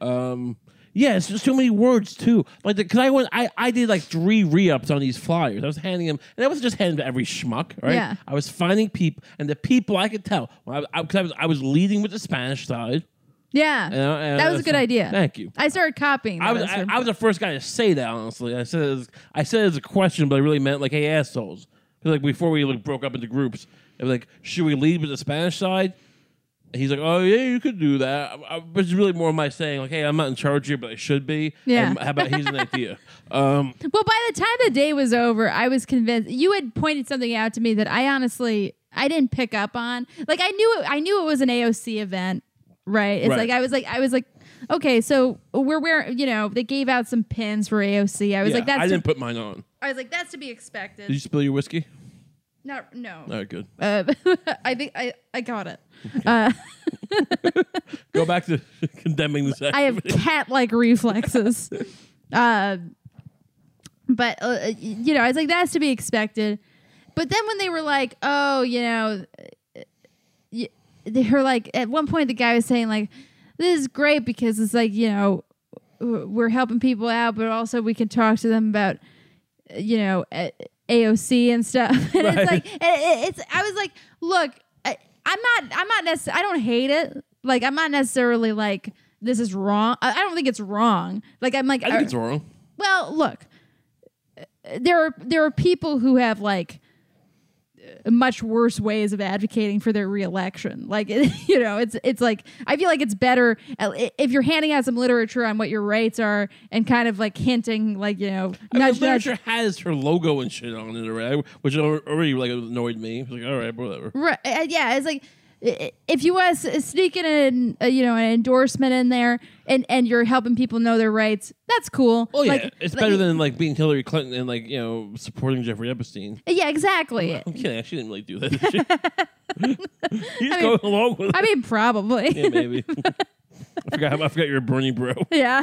[SPEAKER 1] um. Yeah, it's just so many words too. Like, the, cause I went, I, I did like three re-ups on these flyers. I was handing them, and I wasn't just handing to every schmuck, right?
[SPEAKER 2] Yeah.
[SPEAKER 1] I was finding people, and the people I could tell. When I, I, 'cause I was, I was leading with the Spanish side.
[SPEAKER 2] yeah,
[SPEAKER 1] you know, and
[SPEAKER 2] that was a
[SPEAKER 1] that's
[SPEAKER 2] good
[SPEAKER 1] fine.
[SPEAKER 2] idea.
[SPEAKER 1] Thank you.
[SPEAKER 2] I started copying.
[SPEAKER 1] I was,
[SPEAKER 2] those
[SPEAKER 1] I,
[SPEAKER 2] from-
[SPEAKER 1] I was the first guy to say that. Honestly, I said it as, I said it as a question, but I really meant like, "Hey, assholes!" 'Cause, like before we like broke up into groups, it was like, "Should we lead with the Spanish side?" And he's like, "Oh yeah, you could do that." I, I, but it's really more my saying, like, "Hey, I'm not in charge here, but I should be."
[SPEAKER 2] Yeah.
[SPEAKER 1] And how about here's an idea? Um,
[SPEAKER 2] Well, by the time the day was over, I was convinced you had pointed something out to me that I honestly I didn't pick up on. Like I knew it, I knew it was an AOC event, right? It's
[SPEAKER 1] Right.
[SPEAKER 2] like I was like I was like, okay, so we're wearing you know they gave out some pins for AOC. I was
[SPEAKER 1] yeah,
[SPEAKER 2] like that's
[SPEAKER 1] I
[SPEAKER 2] to-
[SPEAKER 1] didn't put mine on.
[SPEAKER 2] I was like that's to
[SPEAKER 1] Did
[SPEAKER 2] be
[SPEAKER 1] you
[SPEAKER 2] expected.
[SPEAKER 1] spill your whiskey?
[SPEAKER 2] Not no.
[SPEAKER 1] All right, good.
[SPEAKER 2] Uh, I think I I got it.
[SPEAKER 1] Go back to condemning this.
[SPEAKER 2] I have cat like reflexes. Uh, but, uh, you know, I was like, that's to be expected. But then when they were like, oh, you know, uh, y- they were like, at one point, the guy was saying, like, this is great because it's like, you know, w- we're helping people out, but also we can talk to them about, uh, you know, a- AOC and stuff. And
[SPEAKER 1] Right.
[SPEAKER 2] it's like, it- it- it's, I was like, look, I, I'm not, I'm not necessarily, I don't hate it. Like, I'm not necessarily like, this is wrong. I, I don't think it's wrong. Like, I'm like, uh,
[SPEAKER 1] I think it's wrong.
[SPEAKER 2] well, look, uh, there are there are people who have like uh, much worse ways of advocating for their reelection. Like you know, it's it's like I feel like it's better uh, i- if you're handing out some literature on what your rights are and kind of like hinting, like you know,
[SPEAKER 1] I mean,
[SPEAKER 2] nudge,
[SPEAKER 1] the
[SPEAKER 2] nudge.
[SPEAKER 1] literature has her logo and shit on it already, which already like annoyed me. It's like, all right, whatever.
[SPEAKER 2] Right? uh, yeah, it's like. i- If you want to s- sneak in an, uh, you know, an endorsement in there, and, and you're helping people know their rights, that's cool.
[SPEAKER 1] Oh yeah,
[SPEAKER 2] Like-
[SPEAKER 1] it's
[SPEAKER 2] like-
[SPEAKER 1] better than like being Hillary Clinton and like you know supporting Jeffrey Epstein.
[SPEAKER 2] yeah, exactly.
[SPEAKER 1] I'm kidding. She didn't really do that. Did she? you just go along with
[SPEAKER 2] I
[SPEAKER 1] it,
[SPEAKER 2] mean, probably.
[SPEAKER 1] yeah, maybe. I forgot. I forgot you're a Bernie bro.
[SPEAKER 2] Yeah.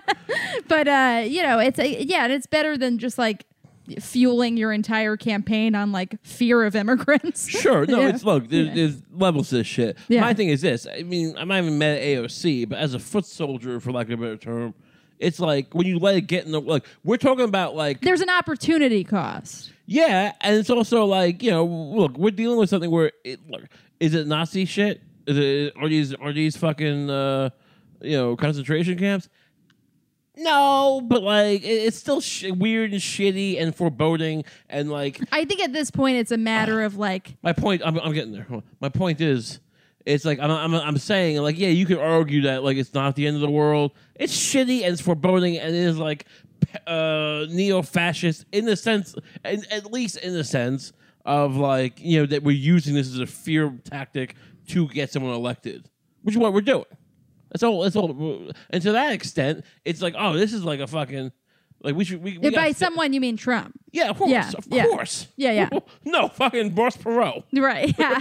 [SPEAKER 2] but uh, you know, it's a, yeah, and it's better than just like fueling your entire campaign on like fear of immigrants.
[SPEAKER 1] Sure. No,
[SPEAKER 2] Yeah.
[SPEAKER 1] it's look. There's,
[SPEAKER 2] Yeah.
[SPEAKER 1] there's levels to this shit.
[SPEAKER 2] Yeah.
[SPEAKER 1] My thing is this. I mean, I'm not even mad at AOC, but as a foot soldier, for lack of a better term, it's like when you let it get in the like. We're talking about like
[SPEAKER 2] There's an opportunity cost.
[SPEAKER 1] Yeah, and it's also like you know, look, we're dealing with something where it, look, is it Nazi shit? Is it are these are these fucking uh, you know concentration camps? No, but like it, it's still sh- weird and shitty and foreboding and like
[SPEAKER 2] I think at this point it's a
[SPEAKER 1] Ah.
[SPEAKER 2] matter of like
[SPEAKER 1] my point. I'm, I'm getting there. Hold on. My point is, it's like I'm, I'm I'm saying like yeah, you could argue that like it's not the end of the world. It's shitty and it's foreboding and it is like p- uh, neo-fascist in the sense, and at least in the sense of like you know that we're using this as a fear tactic to get someone elected, which is what we're doing. That's all. That's all. And to that extent, it's like oh, this is like a fucking. Like we should, we, we
[SPEAKER 2] by
[SPEAKER 1] gotta-
[SPEAKER 2] someone you mean Trump.
[SPEAKER 1] yeah, of course,
[SPEAKER 2] Yeah,
[SPEAKER 1] of
[SPEAKER 2] yeah.
[SPEAKER 1] course,
[SPEAKER 2] Yeah, yeah.
[SPEAKER 1] no, fucking Boris Perot.
[SPEAKER 2] Right. Yeah.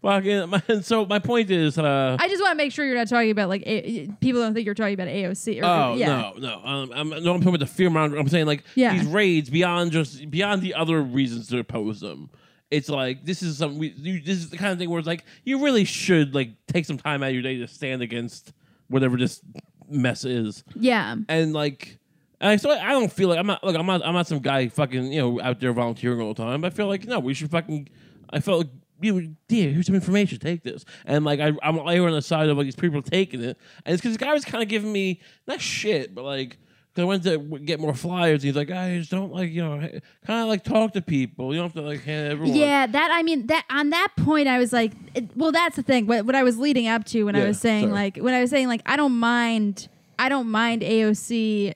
[SPEAKER 1] Fucking, my, and so my point is, uh,
[SPEAKER 2] I just want to make sure you're not talking about like a- people don't think you're talking about AOC or
[SPEAKER 1] oh
[SPEAKER 2] yeah.
[SPEAKER 1] no, no, um, I'm no, I'm talking about the fear monger. I'm saying like
[SPEAKER 2] Yeah.
[SPEAKER 1] these raids beyond just beyond the other reasons to oppose them. It's like this is some we, you, this is the kind of thing where it's like you really should like take some time out of your day to stand against whatever this mess is.
[SPEAKER 2] Yeah.
[SPEAKER 1] and like and I so I don't feel like I'm not like I'm not I'm not some guy fucking you know out there volunteering all the time. I feel like no, we should fucking. I felt like you know, dear, here's some information. Take this, and like I I'm later on the side of like these people taking it, and it's because the guy was kind of giving me not shit, but like 'Cause I went to w- get more flyers. He's like, I just don't like, you know, kind of like talk to people. You don't have to like hand everyone.
[SPEAKER 2] Yeah, that I mean that on that point I was like, it- well, that's the thing. What, what I was leading up to when I
[SPEAKER 1] Yeah,
[SPEAKER 2] was saying
[SPEAKER 1] sorry.
[SPEAKER 2] like when I was saying like I don't mind I don't mind AOC,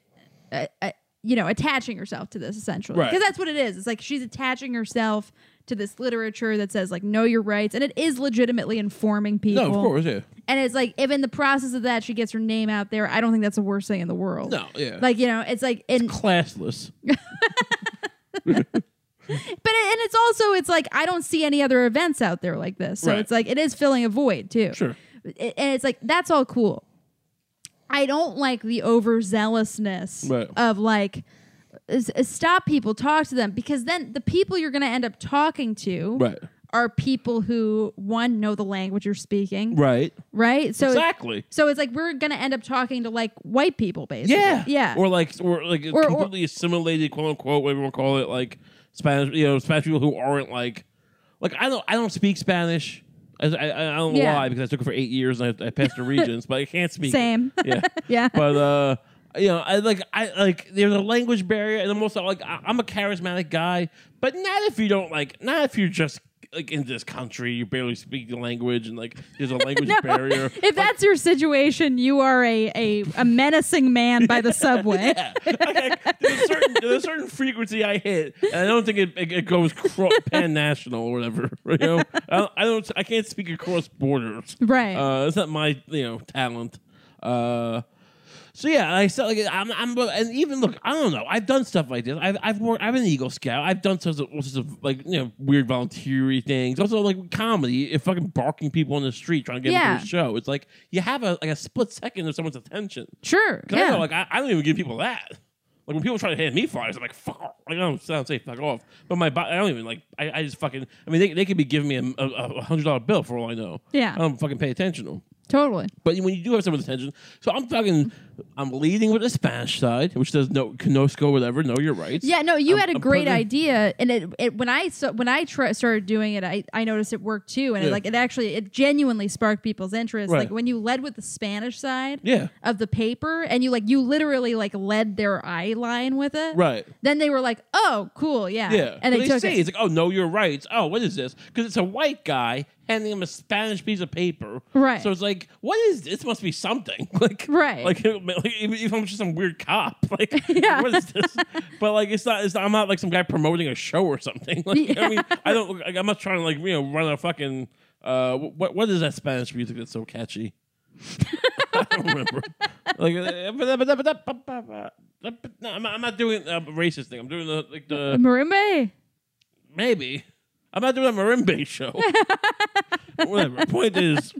[SPEAKER 2] uh, uh, you know, attaching herself to this essentially
[SPEAKER 1] Right.
[SPEAKER 2] because that's what it is. It's like she's attaching herself to this literature that says like know your rights, and it is legitimately informing people.
[SPEAKER 1] No, of course, yeah.
[SPEAKER 2] And it's like if in the process of that she gets her name out there, I don't think that's the worst thing in the world.
[SPEAKER 1] No, yeah.
[SPEAKER 2] Like you know, it's like in
[SPEAKER 1] Classless.
[SPEAKER 2] But it, and it's also it's like I don't see any other events out there like this. So
[SPEAKER 1] Right.
[SPEAKER 2] it's like it is filling a void too.
[SPEAKER 1] Sure.
[SPEAKER 2] It- and it's like that's all cool. I don't like the overzealousness
[SPEAKER 1] Right.
[SPEAKER 2] of like s- s- stop people, talk to them because then the people you're going to end up talking to
[SPEAKER 1] Right.
[SPEAKER 2] are people who one know the language you're speaking,
[SPEAKER 1] Right.
[SPEAKER 2] right? So it's-
[SPEAKER 1] exactly.
[SPEAKER 2] so it's like we're going to end up talking to like white people basically.
[SPEAKER 1] Yeah.
[SPEAKER 2] Yeah.
[SPEAKER 1] Or like, or like
[SPEAKER 2] Or- or-
[SPEAKER 1] completely assimilated, quote unquote, whatever you want to call it, like Spanish, you know, Spanish people who aren't like, like I don't, I don't speak Spanish. I, I, I don't know
[SPEAKER 2] Yeah.
[SPEAKER 1] why because I took it for eight years and I, I passed the regents, but I can't speak. it.
[SPEAKER 2] Same.
[SPEAKER 1] Yeah.
[SPEAKER 2] yeah.
[SPEAKER 1] but uh you know i like i like there's a language barrier and i'm also like I, i'm a charismatic guy but not if you don't like not if you're just like in this country you barely speak the language and like there's a language
[SPEAKER 2] No.
[SPEAKER 1] barrier
[SPEAKER 2] If that's your situation, you are a, a, a menacing man by the subway.
[SPEAKER 1] yeah. Like, I- there's, a certain, there's a certain frequency I hit, and I don't think it, it, it goes cro- pan national or whatever. You know, I don't, I don't, I can't speak across borders.
[SPEAKER 2] Right.
[SPEAKER 1] Uh, it's not my you know talent. Uh, so yeah, I said like I'm, I'm, and even look, I don't know. I've done stuff like this. I've, I've worked. I'm an Eagle Scout. I've done sorts of, all sorts of like you know weird volunteery things. Also like comedy, if fucking barking people on the street trying to get
[SPEAKER 2] Yeah.
[SPEAKER 1] into a show. It's like you have a like a split second of someone's attention.
[SPEAKER 2] Sure.
[SPEAKER 1] Cause I
[SPEAKER 2] Yeah.
[SPEAKER 1] know, like, I, I don't even give people that. Like, when people try to hand me flyers, I'm like, fuck off. Like, I don't, I don't say fuck off. But my body, I don't even, like, I, I just fucking, I mean, they, they could be giving me a, a, a $100 bill for all I know.
[SPEAKER 2] Yeah.
[SPEAKER 1] I don't fucking pay attention to 'em.
[SPEAKER 2] totally.
[SPEAKER 1] But when you do have someone's attention, so I'm fucking, I'm leading with the Spanish side, which does no, Conosco, whatever, know your rights.
[SPEAKER 2] Yeah, no, you
[SPEAKER 1] I'm-
[SPEAKER 2] had a
[SPEAKER 1] I'm
[SPEAKER 2] great
[SPEAKER 1] putting-
[SPEAKER 2] idea, and it, it when I so, when I tr- started doing it, I, I noticed it worked too, and it
[SPEAKER 1] Yeah.
[SPEAKER 2] like it actually it genuinely sparked people's interest.
[SPEAKER 1] Right.
[SPEAKER 2] Like when you led with the Spanish side
[SPEAKER 1] Yeah.
[SPEAKER 2] of the paper, and you like you literally like led their eye line with it.
[SPEAKER 1] Right.
[SPEAKER 2] Then they were like, "Oh, cool, yeah."
[SPEAKER 1] Yeah.
[SPEAKER 2] and
[SPEAKER 1] But
[SPEAKER 2] they,
[SPEAKER 1] they
[SPEAKER 2] took
[SPEAKER 1] say,
[SPEAKER 2] it.
[SPEAKER 1] it's like, oh, know your rights. Oh, what is this? Because it's a white guy handing him a Spanish piece of paper.
[SPEAKER 2] Right.
[SPEAKER 1] So it's like, what is this? Must be something. like,
[SPEAKER 2] Right.
[SPEAKER 1] Like, like even if I'm just some weird cop, like,
[SPEAKER 2] Yeah.
[SPEAKER 1] what is this? but like, it's not. It's not, I'm not like some guy promoting a show or something. Like, you know what I mean, I don't. Like, I'm not trying to like you know run a fucking. Uh, what what is that Spanish music that's so catchy? I don't remember. like, uh, but- but- but- but- but- but- but- but- no, I'm not- I'm not doing a racist thing. I'm doing the like the
[SPEAKER 2] Marimba.
[SPEAKER 1] Maybe. I'm not doing a marimba show. Whatever. Point is,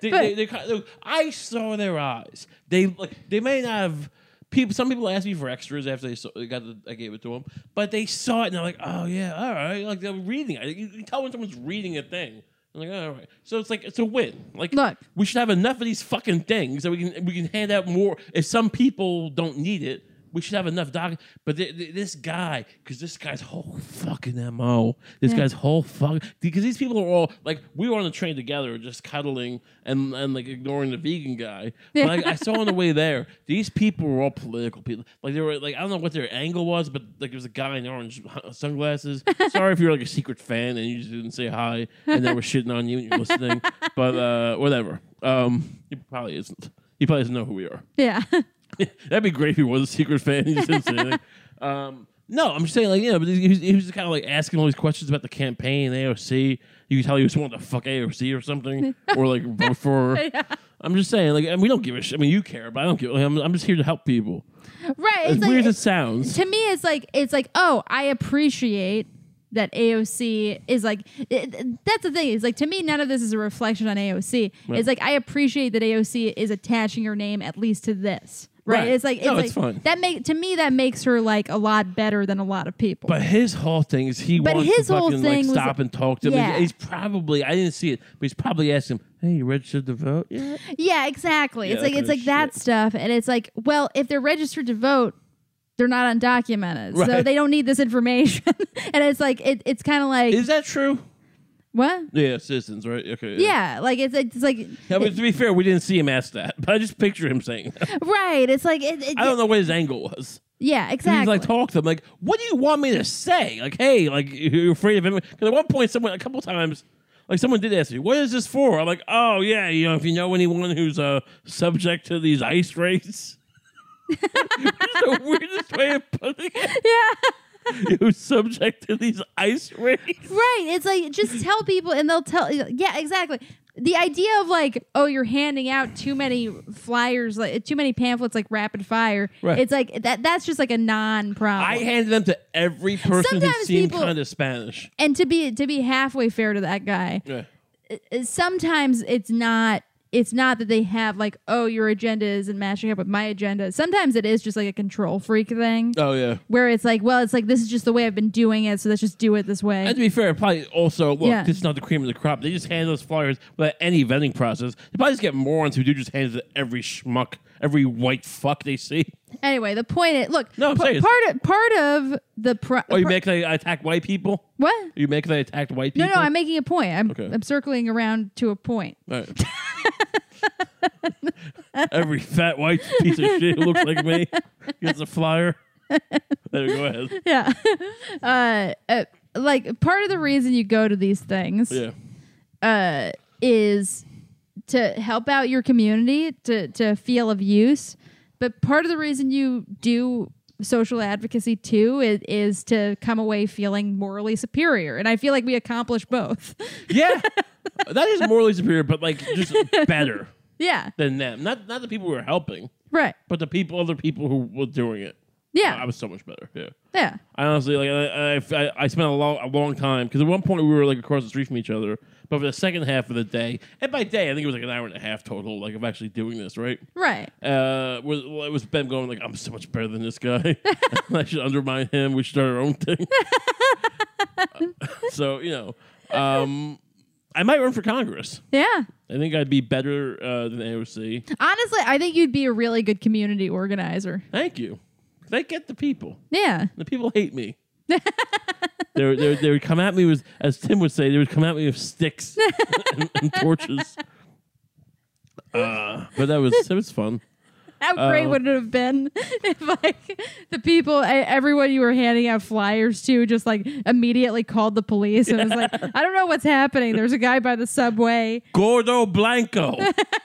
[SPEAKER 1] they,
[SPEAKER 2] But-
[SPEAKER 1] they, they, kind of- I saw their eyes. They like they may not have people. Some people asked me for extras after they, saw, they got the, I gave it to them, but they saw it and they're like, "Oh yeah, all right." Like they're reading. it. You, you tell when someone's reading a thing. I'm like, all right. So it's like it's a win. Like,
[SPEAKER 2] Look.
[SPEAKER 1] we should have enough of these fucking things that we can we can hand out more. If some people don't need it, we should have enough doc. But th- th- this guy, because this guy's whole fucking mo, this
[SPEAKER 2] Yeah.
[SPEAKER 1] guy's whole fuck, because these people are all like we were on the train together, just cuddling and and like ignoring the vegan guy. But like, I saw on the way there, these people were all political people. Like they were like I don't know what their angle was, but like there was a guy in orange sunglasses. Sorry if you're like a secret fan and you just didn't say hi and they were shitting on you and you're listening, but uh, whatever. Um, he probably isn't. He probably doesn't know who we are.
[SPEAKER 2] Yeah,
[SPEAKER 1] That'd be great if he was a secret fan. He just didn't say anything. Um, no, I'm just saying, like, you know, but he was, he was just kind of like asking all these questions about the campaign, AOC. You could tell he was wanting to fuck AOC or something, or like vote for her.
[SPEAKER 2] Yeah.
[SPEAKER 1] I'm just saying, like, and we don't give a shit. I mean, you care, but I don't give. Like, I'm, I'm just here to help people.
[SPEAKER 2] right.
[SPEAKER 1] As
[SPEAKER 2] it's like-
[SPEAKER 1] weird as it sounds,
[SPEAKER 2] to me it's like it's like oh i appreciate that AOC is like it- it- that's the thing is like to me none of this is a reflection on AOC. It's like I appreciate that AOC is attaching her name at least to this. Right?
[SPEAKER 1] Right.
[SPEAKER 2] It's like it's
[SPEAKER 1] No,
[SPEAKER 2] like
[SPEAKER 1] it's fine.
[SPEAKER 2] that make to me that makes her like a lot better than a lot of people.
[SPEAKER 1] but his whole thing is he
[SPEAKER 2] But
[SPEAKER 1] wants
[SPEAKER 2] his
[SPEAKER 1] to
[SPEAKER 2] whole
[SPEAKER 1] fucking like
[SPEAKER 2] thing was-
[SPEAKER 1] stop and talk to him.
[SPEAKER 2] Yeah.
[SPEAKER 1] He's, he's probably I didn't see it, but he's probably asking, "Hey, you registered to vote yet?"
[SPEAKER 2] yeah, exactly.
[SPEAKER 1] Yeah,
[SPEAKER 2] it's
[SPEAKER 1] that
[SPEAKER 2] like it's
[SPEAKER 1] kinda
[SPEAKER 2] like that
[SPEAKER 1] shit.
[SPEAKER 2] stuff and it's like well, if they're registered to vote, they're not undocumented. So
[SPEAKER 1] Right.
[SPEAKER 2] they don't need this information. and it's like it, it's kind of like
[SPEAKER 1] Is that true?
[SPEAKER 2] What?
[SPEAKER 1] Yeah, Citizens, right? Okay.
[SPEAKER 2] Yeah, like it's it's like
[SPEAKER 1] Yeah, but to be fair, we didn't see him ask that, but I just picture him saying, that.
[SPEAKER 2] right. It's like it, it,
[SPEAKER 1] I don't know what his angle was.
[SPEAKER 2] Yeah,
[SPEAKER 1] He's
[SPEAKER 2] exactly.
[SPEAKER 1] like, talk to him. Like, what do you want me to say? Like, hey, like, you're afraid of him? Because at one point, someone, a couple times, like, someone did ask me, what is this for? I'm like, oh, yeah, you know, if you know anyone who's uh, subject to these ice raids. It's the weirdest way of putting it.
[SPEAKER 2] yeah.
[SPEAKER 1] Who's subject to these ice raids?
[SPEAKER 2] Right. It's like just tell people and they'll tell yeah, exactly. The idea of like, oh, you're handing out too many flyers, like too many pamphlets like rapid fire.
[SPEAKER 1] Right.
[SPEAKER 2] It's like that that's just like a non problem.
[SPEAKER 1] I handed them to every person who
[SPEAKER 2] Sometimes
[SPEAKER 1] seemed
[SPEAKER 2] people-
[SPEAKER 1] kind of Spanish.
[SPEAKER 2] and to be to be halfway fair to that guy,
[SPEAKER 1] Yeah.
[SPEAKER 2] uh, sometimes it's not it's not that they have like, oh, your agenda isn't matching up with my agenda. Sometimes it is just like a control freak thing.
[SPEAKER 1] Oh, yeah.
[SPEAKER 2] where it's like, well, it's like this is just the way I've been doing it, so let's just do it this way.
[SPEAKER 1] And to be fair, probably also look,
[SPEAKER 2] Yeah.
[SPEAKER 1] this is not the cream of the crop. They just hand those flyers without any vetting process. They probably just get morons who do just hand it to every schmuck, every white fuck they see.
[SPEAKER 2] Anyway, the point is, look,
[SPEAKER 1] No, I'm
[SPEAKER 2] p-
[SPEAKER 1] saying it's-
[SPEAKER 2] part of, part of the pro-
[SPEAKER 1] Oh, you
[SPEAKER 2] pro-
[SPEAKER 1] make they attack white people?
[SPEAKER 2] what?
[SPEAKER 1] You make they attacked white
[SPEAKER 2] No,
[SPEAKER 1] people?
[SPEAKER 2] no, I'm making a point. I'm
[SPEAKER 1] Okay.
[SPEAKER 2] I'm circling around to a point.
[SPEAKER 1] All right. every fat white piece of shit who looks like me gets a flyer. There, go ahead.
[SPEAKER 2] Yeah. uh, uh, like part of the reason you go to these things
[SPEAKER 1] Yeah,
[SPEAKER 2] uh, is to help out your community, to to feel of use. But part of the reason you do social advocacy too is, is to come away feeling morally superior, and I feel like we accomplish both.
[SPEAKER 1] yeah. That is morally superior, but like just better
[SPEAKER 2] yeah.
[SPEAKER 1] than them. Not not the people who are helping,
[SPEAKER 2] Right.
[SPEAKER 1] but the people, other people who were doing it. I
[SPEAKER 2] Yeah.
[SPEAKER 1] was so much better. Yeah.
[SPEAKER 2] Yeah.
[SPEAKER 1] I honestly like I I, I- I spent a long a long time because at one point we were like across the street from each other, but for the second half of the day, and by day I think it was like an hour and a half total, like of actually doing this right.
[SPEAKER 2] Right.
[SPEAKER 1] Uh, was well, it was Ben going like I'm so much better than this guy. I should undermine him. We should start our own thing. Uh, so you know, um, I might run for Congress.
[SPEAKER 2] Yeah.
[SPEAKER 1] I think I'd be better uh, than AOC.
[SPEAKER 2] Honestly, I think you'd be a really good community organizer.
[SPEAKER 1] Thank you. They get the people.
[SPEAKER 2] Yeah.
[SPEAKER 1] The people hate me. they, would- they, would- they would come at me with, as Tim would say, they would come at me with sticks and, and torches. Uh, but that was that was fun.
[SPEAKER 2] How great
[SPEAKER 1] Uh,
[SPEAKER 2] would it have been if like the people e- everyone you were handing out flyers to just like immediately called the police and was like, I don't know what's happening. There's a guy by the subway.
[SPEAKER 1] Gordo Blanco,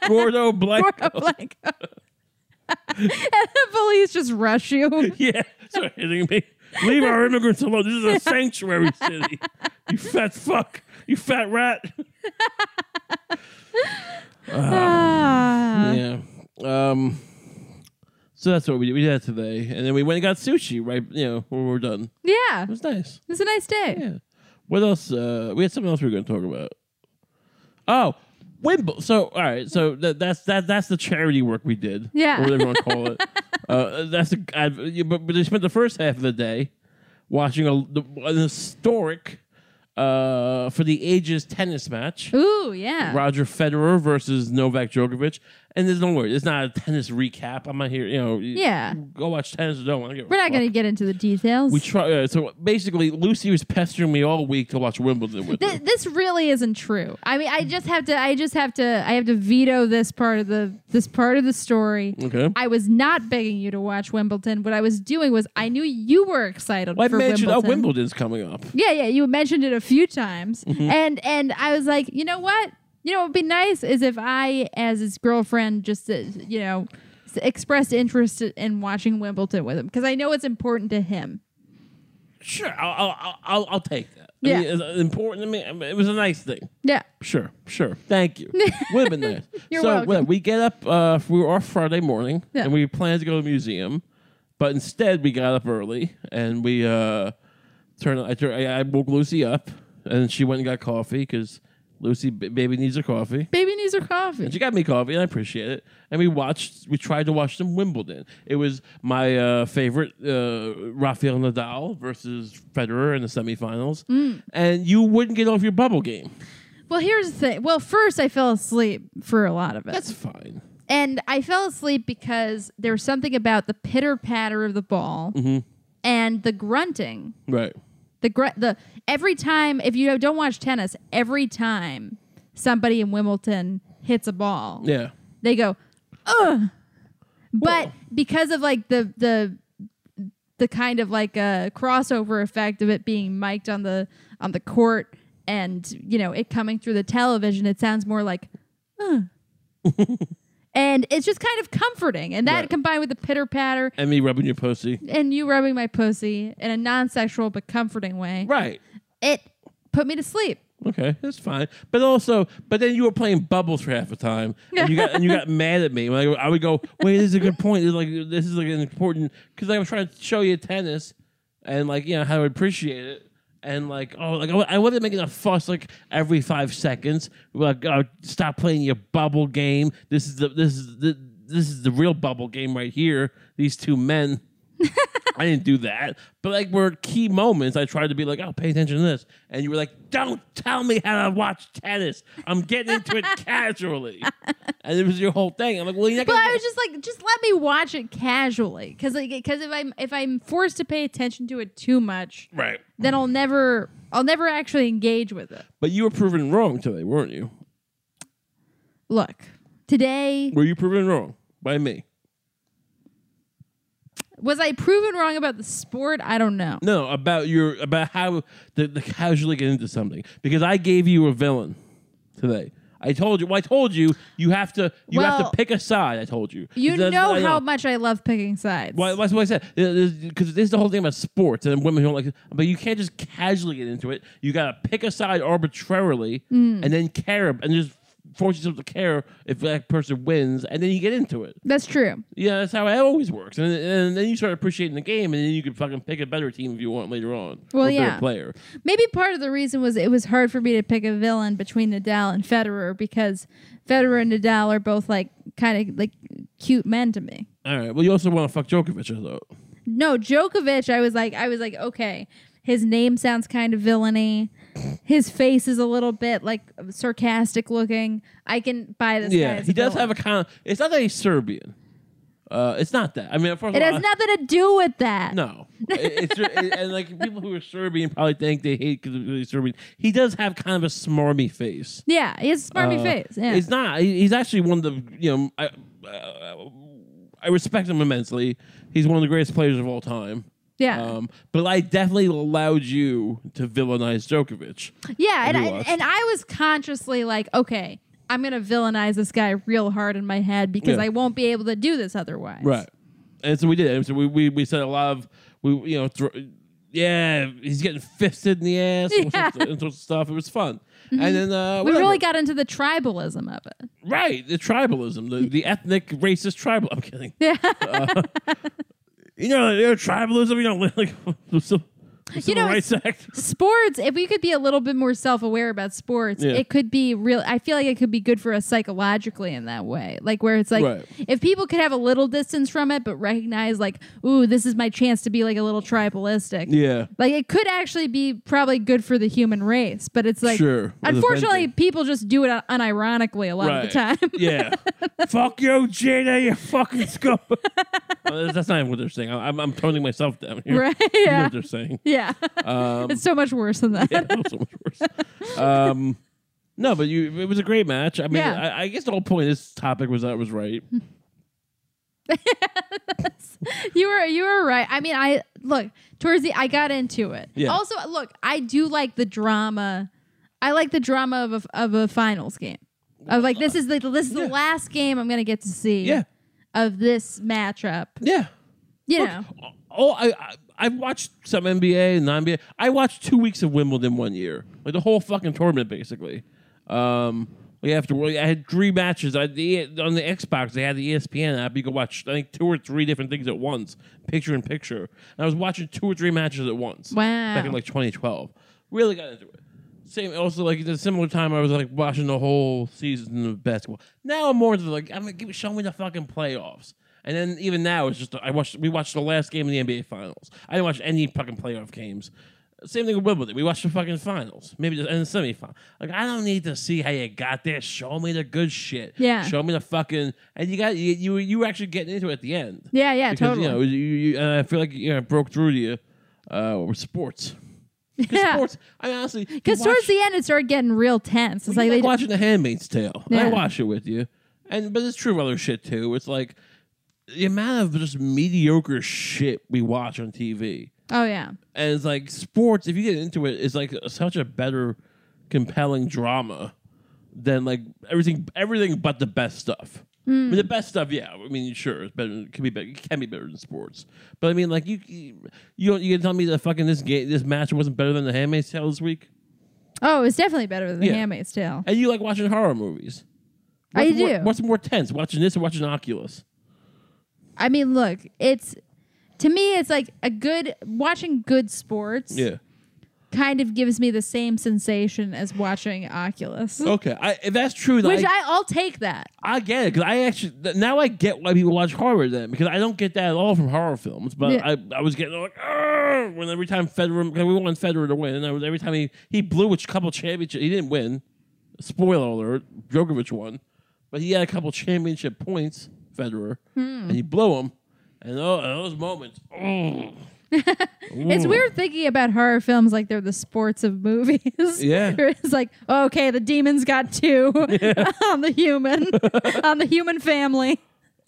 [SPEAKER 1] Gordo Blanco.
[SPEAKER 2] Or I'm like and the police just rush you.
[SPEAKER 1] Yeah, start hitting me. Leave our immigrants alone. This is a sanctuary city. You fat fuck. You fat rat.
[SPEAKER 2] Ah.
[SPEAKER 1] Yeah. Um. So that's what we did. We did that today, and then we went and got sushi. Right, you know, when we were done. It
[SPEAKER 2] yeah.
[SPEAKER 1] was nice.
[SPEAKER 2] It's a nice day.
[SPEAKER 1] Yeah. What else? Uh, we had something else we were going to talk about. Oh, Wimble. So all right. So that, that's that that's the charity work we did.
[SPEAKER 2] Yeah.
[SPEAKER 1] Or whatever you want to call it. uh, that's the I've- you- but, but they spent the first half of the day watching a the, an historic uh, for the ages tennis match.
[SPEAKER 2] Ooh, yeah.
[SPEAKER 1] Roger Federer versus Novak Djokovic, and there's no worry. It's not a tennis recap. I'm not here. You know.
[SPEAKER 2] Yeah.
[SPEAKER 1] Go watch tennis. Or don't. I don't give a
[SPEAKER 2] We're not
[SPEAKER 1] fuck.
[SPEAKER 2] going to get into the details.
[SPEAKER 1] We try. Uh, so basically, Lucy was pestering me all week to watch Wimbledon with
[SPEAKER 2] Th-
[SPEAKER 1] her.
[SPEAKER 2] this really isn't true. I mean, I just have to. I just have to. I have to veto this part of the this part of the story.
[SPEAKER 1] Okay.
[SPEAKER 2] I was not begging you to watch Wimbledon. What I was doing was, I knew you were excited
[SPEAKER 1] Well, I
[SPEAKER 2] for
[SPEAKER 1] mentioned oh,
[SPEAKER 2] Wimbledon.
[SPEAKER 1] Wimbledon's coming up.
[SPEAKER 2] Yeah, yeah. You mentioned it a few times,
[SPEAKER 1] Mm-hmm.
[SPEAKER 2] and and I was like, you know what? You know, what would be nice is if I, as his girlfriend, just uh, you know, s- expressed interest in watching Wimbledon with him because I know it's important to him.
[SPEAKER 1] Sure, I'll I'll, I'll, I'll take that. I
[SPEAKER 2] Yeah.
[SPEAKER 1] mean, it's important to me. I mean, it was a nice thing.
[SPEAKER 2] Yeah.
[SPEAKER 1] Sure, sure. Thank you. Would have been nice.
[SPEAKER 2] You're
[SPEAKER 1] so
[SPEAKER 2] welcome.
[SPEAKER 1] well, we get up. Uh, we were off Friday morning,
[SPEAKER 2] Yeah.
[SPEAKER 1] and we planned to go to the museum, but instead we got up early and we uh, turned. I, turned, I I woke Lucy up, and she went and got coffee because Lucy b- baby needs her coffee.
[SPEAKER 2] Baby needs her coffee.
[SPEAKER 1] And she got me coffee, and I appreciate it. And we watched, we tried to watch some Wimbledon. It was my uh, favorite, uh, Rafael Nadal versus Federer in the semifinals. And you wouldn't get off your bubble game.
[SPEAKER 2] Well, here's the thing. Well, first I fell asleep for a lot of it.
[SPEAKER 1] That's fine.
[SPEAKER 2] and I fell asleep because there was something about the pitter patter of the ball and the grunting
[SPEAKER 1] Right.
[SPEAKER 2] The gr- the every time if you don't watch tennis, every time somebody in Wimbledon hits a ball,
[SPEAKER 1] Yeah.
[SPEAKER 2] they go, ugh. But because of like the the the kind of like a crossover effect of it being mic'd on the on the court and you know it coming through the television, it sounds more like, ugh. and it's just kind of comforting. And that
[SPEAKER 1] Right.
[SPEAKER 2] combined with the pitter patter
[SPEAKER 1] And me rubbing your pussy.
[SPEAKER 2] and you rubbing my pussy in a non sexual but comforting way,
[SPEAKER 1] Right.
[SPEAKER 2] it put me to sleep.
[SPEAKER 1] Okay, that's fine. But also, but then you were playing bubbles for half the time, and you got and you got mad at me. Like I would go, "Wait, this is a good point. This is like this is like an important because I was trying to show you tennis, and like you know how I appreciate it." And like, oh, like I, I wasn't making a fuss like every five seconds. Like, oh, stop playing your bubble game. This is the this is the this is the real bubble game right here. These two men. I didn't do that. But like were key moments I tried to be like, oh, pay attention to this. And you were like, don't tell me how to watch tennis. I'm getting into it casually. And it was your whole thing. I'm like, well, you're not
[SPEAKER 2] But I
[SPEAKER 1] gonna
[SPEAKER 2] was just like, just let me watch it casually, because like, because if I'm if I'm forced to pay attention to it too much,
[SPEAKER 1] Right.
[SPEAKER 2] then I'll never I'll never actually engage with it.
[SPEAKER 1] But you were proven wrong today, weren't you?
[SPEAKER 2] Look, today
[SPEAKER 1] Were you proven wrong by me?
[SPEAKER 2] was I proven wrong about the sport? I don't know.
[SPEAKER 1] No, about your about how the, the casually get into something. Because I gave you a villain today. I told you. Well, I told you you have to you have
[SPEAKER 2] Well,
[SPEAKER 1] to pick a side. I told you.
[SPEAKER 2] You
[SPEAKER 1] That's-
[SPEAKER 2] know
[SPEAKER 1] I
[SPEAKER 2] how much I love picking sides.
[SPEAKER 1] Well, that's what I said. Because this is the whole thing about sports and women who don't like it. But you can't just casually get into it. You got to pick a side arbitrarily
[SPEAKER 2] Mm.
[SPEAKER 1] and then care ab- and just force yourself to care if that person wins and then you get into it.
[SPEAKER 2] That's true.
[SPEAKER 1] Yeah, that's how it always works. And, and then you start appreciating the game and then you can fucking pick a better team if you want later on.
[SPEAKER 2] Well,
[SPEAKER 1] or a better
[SPEAKER 2] yeah.
[SPEAKER 1] player.
[SPEAKER 2] Maybe part of the reason was it was hard for me to pick a villain between Nadal and Federer because Federer and Nadal are both like kind of like cute men to me.
[SPEAKER 1] All right. Well, you also want to fuck Djokovic, I thought.
[SPEAKER 2] No, Djokovic, I was like I was like okay, his name sounds kind of villainy. His face is a little bit like sarcastic looking. I can buy this guy.
[SPEAKER 1] Yeah,
[SPEAKER 2] as
[SPEAKER 1] he
[SPEAKER 2] a
[SPEAKER 1] does
[SPEAKER 2] villain.
[SPEAKER 1] have a con. It's not that he's Serbian. Uh, it's not that. I mean, first
[SPEAKER 2] It
[SPEAKER 1] of all, I-
[SPEAKER 2] has nothing to do with that.
[SPEAKER 1] No, It- it's it- and like people who are Serbian probably think they hate because he's Serbian. He does have kind of a smarmy face.
[SPEAKER 2] Yeah, he has a smarmy
[SPEAKER 1] Uh,
[SPEAKER 2] face. Yeah.
[SPEAKER 1] He's not. he- He's actually one of the you know I uh, I respect him immensely. He's one of the greatest players of all time.
[SPEAKER 2] yeah.
[SPEAKER 1] Um, but I definitely allowed you to villainize Djokovic.
[SPEAKER 2] yeah, and
[SPEAKER 1] we
[SPEAKER 2] I,
[SPEAKER 1] watched.
[SPEAKER 2] and I was consciously like, okay, I'm going to villainize this guy real hard in my head because
[SPEAKER 1] Yeah.
[SPEAKER 2] I won't be able to do this otherwise.
[SPEAKER 1] Right. And so we did. And so we, we, we said a lot of, we, you know, thro- yeah, he's getting fisted in the ass and all
[SPEAKER 2] Yeah.
[SPEAKER 1] sorts
[SPEAKER 2] Mm-hmm.
[SPEAKER 1] of- and sorts of stuff. It was fun. And then uh,
[SPEAKER 2] We
[SPEAKER 1] whatever.
[SPEAKER 2] really got into the tribalism of it.
[SPEAKER 1] Right, the tribalism, the, the ethnic racist tribal. I'm kidding. Uh,
[SPEAKER 2] Yeah.
[SPEAKER 1] You know, you know tribalism. You know, like the Civil, the Civil
[SPEAKER 2] know,
[SPEAKER 1] Rights Act.
[SPEAKER 2] sports, if we could be a little bit more self aware about sports,
[SPEAKER 1] Yeah.
[SPEAKER 2] it could be real. I feel like it could be good for us psychologically in that way. Like, where it's like,
[SPEAKER 1] Right.
[SPEAKER 2] if people could have a little distance from it, but recognize, like, ooh, this is my chance to be like a little tribalistic.
[SPEAKER 1] Yeah,
[SPEAKER 2] Like it could actually be probably good for the human race, but it's like
[SPEAKER 1] Sure.
[SPEAKER 2] unfortunately
[SPEAKER 1] Offending.
[SPEAKER 2] people just do it un- unironically a lot
[SPEAKER 1] right.
[SPEAKER 2] of the time.
[SPEAKER 1] yeah, fuck you, Gina. You fucking scum. Uh, that's not even what they're saying. I- I'm, I'm toning myself down here.
[SPEAKER 2] right?
[SPEAKER 1] You know
[SPEAKER 2] Yeah.
[SPEAKER 1] what they're saying.
[SPEAKER 2] Yeah.
[SPEAKER 1] Um,
[SPEAKER 2] it's so much worse than that.
[SPEAKER 1] yeah, that was so much worse. Um, no, but you, it was a great match. I mean,
[SPEAKER 2] Yeah. Mm-hmm.
[SPEAKER 1] I, I guess the whole point of this topic was that it was right.
[SPEAKER 2] You were you were right. I mean, I look, towards the I got into it.
[SPEAKER 1] Yeah.
[SPEAKER 2] Also, look, I do like the drama. I like the drama of a, of a finals game. Of like this is the this is
[SPEAKER 1] Yeah.
[SPEAKER 2] the last game I'm going to get to see
[SPEAKER 1] Yeah,
[SPEAKER 2] of this matchup.
[SPEAKER 1] yeah.
[SPEAKER 2] You know.
[SPEAKER 1] Oh, I, I I watched some NBA and non NBA. I watched two weeks of Wimbledon one year, like the whole fucking tournament basically. Um, we have to. I had three matches. I the on the Xbox. They had the E ESPN app. You could watch I think two or three different things at once, picture in picture. And I was watching two or three matches at once.
[SPEAKER 2] Wow.
[SPEAKER 1] Back in like 2012, really got into it. Same. Also, like at a similar time, I was like watching the whole season of basketball. Now I'm more into like I'm gonna give, show me the fucking playoffs. And then even now, it's just I watched. We watched the last game of the NBA Finals. I didn't watch any fucking playoff games. Same thing with Wimbledon. We watched the fucking finals, maybe just and the semifinal. Like I don't need to see how you got there. Show me the good shit.
[SPEAKER 2] Yeah.
[SPEAKER 1] Show me the fucking and you got you you, were- you were actually getting into it at the end.
[SPEAKER 2] Yeah, yeah,
[SPEAKER 1] Because
[SPEAKER 2] totally.
[SPEAKER 1] you know you, you and I feel like you know, I broke through to you uh, with sports. Because
[SPEAKER 2] Yeah.
[SPEAKER 1] sports, I honestly
[SPEAKER 2] Because
[SPEAKER 1] you watch-
[SPEAKER 2] towards the end, it started getting real tense. It's
[SPEAKER 1] Well,
[SPEAKER 2] like
[SPEAKER 1] you're
[SPEAKER 2] they
[SPEAKER 1] like watching The Handmaid's Tale. and I
[SPEAKER 2] Yeah.
[SPEAKER 1] watch it with you, and but it's true of other shit too. It's like the amount of just mediocre shit we watch on TV,
[SPEAKER 2] oh yeah,
[SPEAKER 1] and it's like sports. If you get into it, it's like such a better, compelling drama than like everything, everything but the best stuff. I mean, the best stuff, yeah. I mean, sure, it's better. It can be better. It can be better than sports, but I mean, like you, you, you, don't- you can tell me that fucking this game, this match wasn't better than The Handmaid's Tale this week,
[SPEAKER 2] oh it's definitely better than The
[SPEAKER 1] Yeah.
[SPEAKER 2] Handmaid's Tale.
[SPEAKER 1] and you like watching horror movies.
[SPEAKER 2] I
[SPEAKER 1] What's more-
[SPEAKER 2] do.
[SPEAKER 1] what's more tense, watching this or watching Oculus?
[SPEAKER 2] I mean, look, it's to me, it's like a good watching good sports. kind of gives me the same sensation as watching Oculus,
[SPEAKER 1] Okay. I, if that's true, then
[SPEAKER 2] which
[SPEAKER 1] I,
[SPEAKER 2] I, I'll take that.
[SPEAKER 1] I get it because I actually th- now I get why people watch horror then because I don't get that at all from horror films. But
[SPEAKER 2] Yeah.
[SPEAKER 1] I, I was getting like "Argh," when every time Federer 'cause we wanted Federer to win, and I was, every time he he blew a couple championships, he didn't win. Spoiler alert: Djokovic won, but he had a couple championship points. Federer, and he blew them, and oh, those moments. Oh,
[SPEAKER 2] It's weird thinking about horror films like they're the sports of movies.
[SPEAKER 1] Yeah.
[SPEAKER 2] Where it's like, okay, the demons got two on the human, on the human family.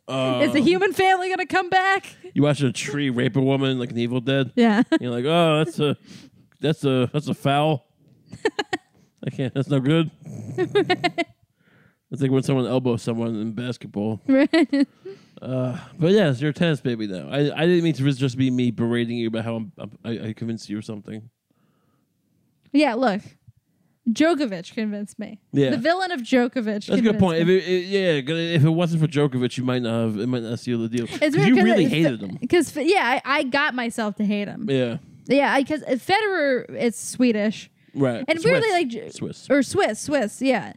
[SPEAKER 1] Um,
[SPEAKER 2] Is the human family gonna come back?
[SPEAKER 1] you watch a tree rape a woman like an Evil Dead.
[SPEAKER 2] Yeah.
[SPEAKER 1] You're like, oh, that's a, that's a, that's a foul. I can't. That's no good. It's like when someone elbows someone in basketball. Uh, But yeah, it's your tennis baby now. I, I didn't mean to just be me berating you about how I'm, I, I convinced you or something.
[SPEAKER 2] yeah. Look, Djokovic convinced me.
[SPEAKER 1] Yeah.
[SPEAKER 2] The villain of Djokovic.
[SPEAKER 1] That's a good
[SPEAKER 2] convinced
[SPEAKER 1] point.
[SPEAKER 2] me.
[SPEAKER 1] If it, it- yeah, 'cause if it wasn't for Djokovic, you might not have. It might not seal the deal. 'Cause you really hated him.
[SPEAKER 2] Because yeah, I, I got myself to hate him.
[SPEAKER 1] Yeah,
[SPEAKER 2] Yeah, because Federer is Swedish.
[SPEAKER 1] right.
[SPEAKER 2] And
[SPEAKER 1] Swiss.
[SPEAKER 2] weirdly, like, J-
[SPEAKER 1] Swiss.
[SPEAKER 2] or Swiss, Swiss, yeah.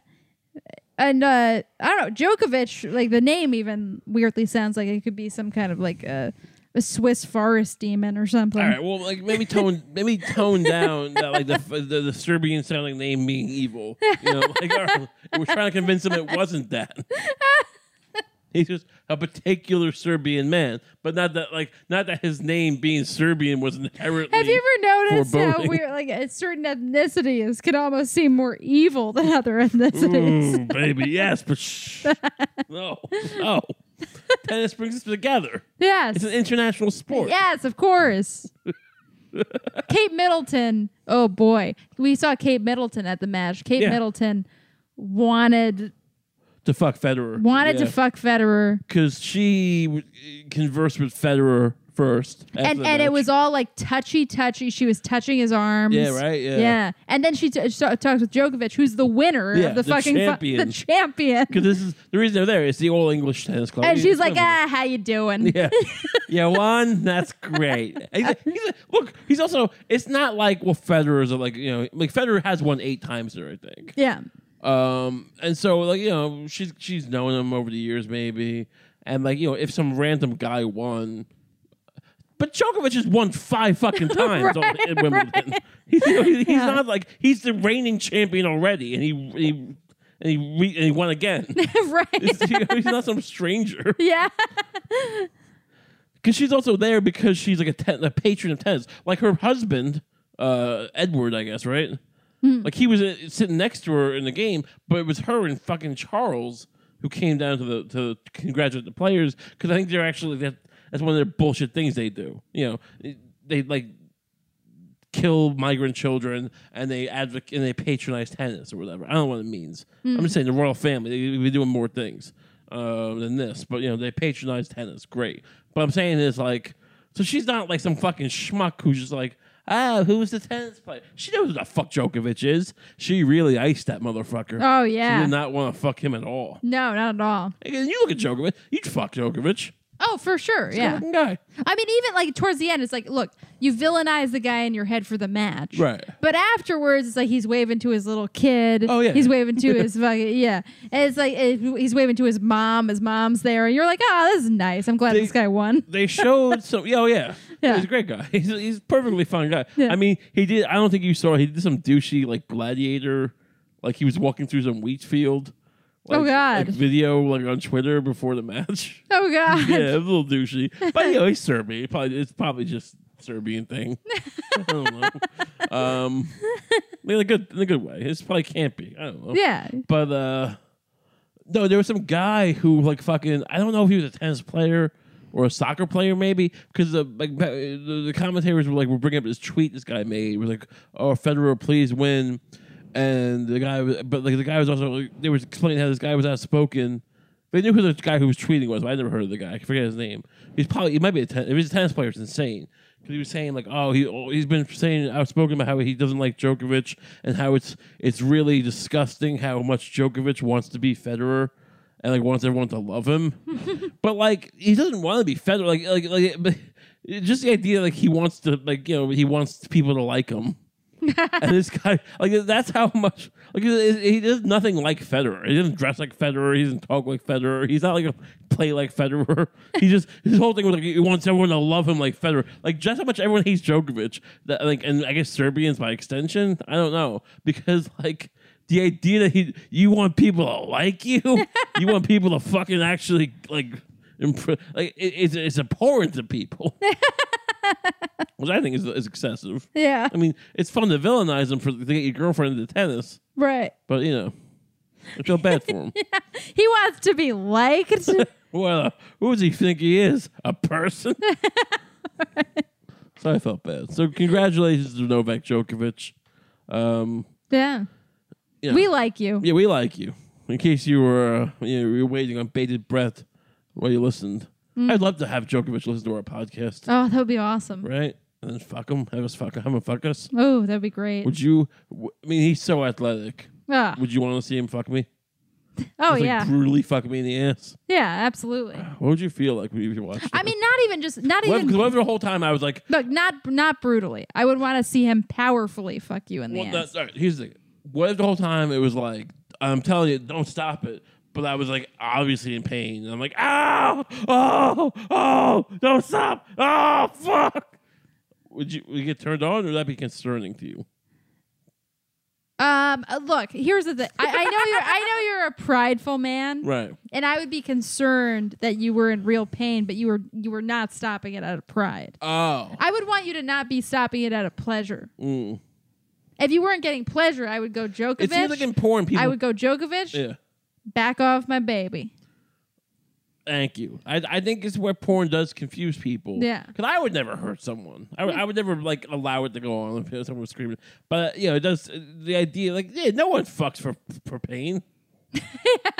[SPEAKER 2] And uh, I don't know, Djokovic, like the name even weirdly sounds like it could be some kind of like a, a Swiss forest demon or something.
[SPEAKER 1] All right. Well, like maybe tone maybe tone down that like the the, the Serbian sounding name being evil. You know, like all right, we're trying to convince him it wasn't that. He's just a particular Serbian man, but not that like not that his name being Serbian was inherently.
[SPEAKER 2] Have you ever noticed how
[SPEAKER 1] Foreboding.
[SPEAKER 2] weird, like a certain ethnicities can almost seem more evil than other ethnicities?
[SPEAKER 1] Ooh, baby, yes, but shh. no, no. Tennis brings us together.
[SPEAKER 2] Yes,
[SPEAKER 1] It's an international sport.
[SPEAKER 2] yes, of course. Kate Middleton. Oh boy, we saw Kate Middleton at the match. Kate
[SPEAKER 1] Yeah.
[SPEAKER 2] Middleton wanted
[SPEAKER 1] To fuck Federer.
[SPEAKER 2] wanted
[SPEAKER 1] Yeah.
[SPEAKER 2] to fuck Federer.
[SPEAKER 1] because she w- conversed with Federer first, after
[SPEAKER 2] and
[SPEAKER 1] the
[SPEAKER 2] and it
[SPEAKER 1] match.
[SPEAKER 2] was all like touchy touchy. She was touching his arms.
[SPEAKER 1] Yeah, right, yeah.
[SPEAKER 2] and then she t- so- talks with Djokovic, who's the winner
[SPEAKER 1] Yeah,
[SPEAKER 2] of the,
[SPEAKER 1] the
[SPEAKER 2] fucking fu-
[SPEAKER 1] champion.
[SPEAKER 2] the champion.
[SPEAKER 1] because this is the reason they're there. It's the All English Tennis Club,
[SPEAKER 2] And she's like,
[SPEAKER 1] Yeah.
[SPEAKER 2] ah, how you doing?
[SPEAKER 1] Yeah, you won. That's great. And He's a, he's a, look, he's also. It's not like well, Federer's a, like you know, like Federer has won eight times there, I think.
[SPEAKER 2] Yeah.
[SPEAKER 1] Um, and so like you know, she's she's known him over the years, maybe, and like you know, if some random guy won. But Djokovic has won five fucking times on- in Wimbledon. He's, you know, he- he's
[SPEAKER 2] Yeah.
[SPEAKER 1] not like he's the reigning champion already, and he he and he, re, and he won again.
[SPEAKER 2] right.
[SPEAKER 1] It's- you know, he's not some stranger.
[SPEAKER 2] Yeah.
[SPEAKER 1] Because she's also there because she's like a, ten, a patron of tennis. Like her husband, uh, Edward, I guess, right? Like he was uh, sitting next to her in the game, but it was her and fucking Charles who came down to the to congratulate the players because I think they're actually that that's one of their bullshit things they do. You know, they, they like kill migrant children and they advocate and they patronize tennis or whatever. I don't know what it means. I'm
[SPEAKER 2] Hmm.
[SPEAKER 1] just saying the royal family they they be doing more things uh, than this, but you know they patronize tennis. Great, but I'm saying is like so she's not like some fucking schmuck who's just like. Ah, who's the tennis player? She knows who the fuck Djokovic is. She really iced that motherfucker.
[SPEAKER 2] Oh,
[SPEAKER 1] She
[SPEAKER 2] yeah.
[SPEAKER 1] did not want to fuck him at all.
[SPEAKER 2] No, not at all.
[SPEAKER 1] Like, you look at Djokovic, you'd fuck Djokovic.
[SPEAKER 2] Oh, for sure.
[SPEAKER 1] Yeah.
[SPEAKER 2] Yeah.
[SPEAKER 1] Fucking guy.
[SPEAKER 2] I mean, even like towards the end, it's like, look, you villainize the guy in your head for the match.
[SPEAKER 1] Right.
[SPEAKER 2] But afterwards, it's like he's waving to his little kid.
[SPEAKER 1] Oh, yeah.
[SPEAKER 2] He's waving to his fucking, yeah. And it's like eh, he's waving to his mom. His mom's there. And you're like, oh, this is nice. I'm glad
[SPEAKER 1] They-
[SPEAKER 2] this guy won.
[SPEAKER 1] they showed some. yeah, Oh yeah.
[SPEAKER 2] Yeah.
[SPEAKER 1] he's a great guy. He's he's a perfectly fine guy.
[SPEAKER 2] Yeah.
[SPEAKER 1] I mean, he did. I don't think you saw. He did some douchey like gladiator, like he was walking through some wheat field. Like,
[SPEAKER 2] Oh, God.
[SPEAKER 1] like, video like on Twitter before the match.
[SPEAKER 2] Oh, God.
[SPEAKER 1] yeah, a little douchey, but you know he's Serbian. Probably it's probably just Serbian thing. I don't know. Um, in a good in a good way. It's probably can't be. I don't know.
[SPEAKER 2] Yeah.
[SPEAKER 1] But uh, no, there was some guy who like fucking. I don't know if he was a tennis player or a soccer player, maybe because the like ba- the, the commentators were like were bringing up this tweet this guy made. It was like, "Oh, Federer, please win." And the guy, was, but like the guy was also like, they were explaining how this guy was outspoken. They knew who the guy who was tweeting was, but I never heard of the guy. I forget his name. He's probably he might be a ten, if he's a tennis player, it's insane. Because he was saying like, oh, he oh, he's been saying outspoken about how he doesn't like Djokovic and how it's it's really disgusting how much Djokovic wants to be Federer and like wants everyone to love him, but like he doesn't want to be Federer. Like like like but just the idea like he wants to like you know he wants people to like him. and this guy, like, that's how much, like, he he does nothing like Federer. He doesn't dress like Federer. He doesn't talk like Federer. He's not like a play like Federer. He just his whole thing was like he wants everyone to love him like Federer. Like just how much everyone hates Djokovic. That like, and I guess Serbians by extension. I don't know because like the idea that he you want people to like you, you want people to fucking actually like. Impr- like it, it's, it's abhorrent to people, which I think is, is excessive.
[SPEAKER 2] Yeah.
[SPEAKER 1] I mean, it's fun to villainize him for to get your girlfriend into tennis,
[SPEAKER 2] Right.
[SPEAKER 1] but you know, I feel bad for him.
[SPEAKER 2] He wants to be liked.
[SPEAKER 1] well, uh, who does he think he is? A person? so I felt bad. So congratulations to Novak Djokovic. Um,
[SPEAKER 2] yeah.
[SPEAKER 1] Yeah.
[SPEAKER 2] We like you.
[SPEAKER 1] yeah, we like you. In case you were uh, you know, you were waiting on bated breath while you listened, I'd love to have Djokovic listen to our podcast,
[SPEAKER 2] Oh, that would be awesome.
[SPEAKER 1] right? And then fuck him, have us fuck him, have him fuck us.
[SPEAKER 2] Oh, that'd be great.
[SPEAKER 1] Would you? w- I mean, he's so athletic.
[SPEAKER 2] Ah.
[SPEAKER 1] Would you want to see him fuck me?
[SPEAKER 2] Oh,
[SPEAKER 1] Just, like,
[SPEAKER 2] yeah.
[SPEAKER 1] brutally fuck me in the ass.
[SPEAKER 2] yeah, absolutely.
[SPEAKER 1] What would you feel like when you watched?
[SPEAKER 2] I
[SPEAKER 1] that?
[SPEAKER 2] mean, not even just, not
[SPEAKER 1] what, if-
[SPEAKER 2] even,
[SPEAKER 1] 'cause what if the whole time I was like,
[SPEAKER 2] look, not not brutally. I would want to see him powerfully fuck you in the
[SPEAKER 1] well,
[SPEAKER 2] ass.
[SPEAKER 1] that's, all right, here's the thing. What if the whole time it was like, I'm telling you, don't stop it. But I was like, obviously in pain. And I'm like, ow, oh, oh, don't stop, oh, fuck. Would you, would you get turned on, or would that be concerning to you?
[SPEAKER 2] Um, uh, look, here's the thing. I, I know you're, I know you're a prideful man,
[SPEAKER 1] Right.
[SPEAKER 2] and I would be concerned that you were in real pain, but you were, you were not stopping it out of pride.
[SPEAKER 1] Oh.
[SPEAKER 2] I would want you to not be stopping it out of pleasure.
[SPEAKER 1] Mm.
[SPEAKER 2] If you weren't getting pleasure, I would go
[SPEAKER 1] It seems
[SPEAKER 2] Djokovic.
[SPEAKER 1] like in porn, people.
[SPEAKER 2] I would go Djokovic.
[SPEAKER 1] Yeah.
[SPEAKER 2] Back off, my baby.
[SPEAKER 1] Thank you. I, I think it's where porn does confuse people.
[SPEAKER 2] Yeah.
[SPEAKER 1] Because I would never hurt someone. I, would- I would never like allow it to go on if someone was screaming. But you know, it does the idea like yeah, no one fucks for for pain. yeah,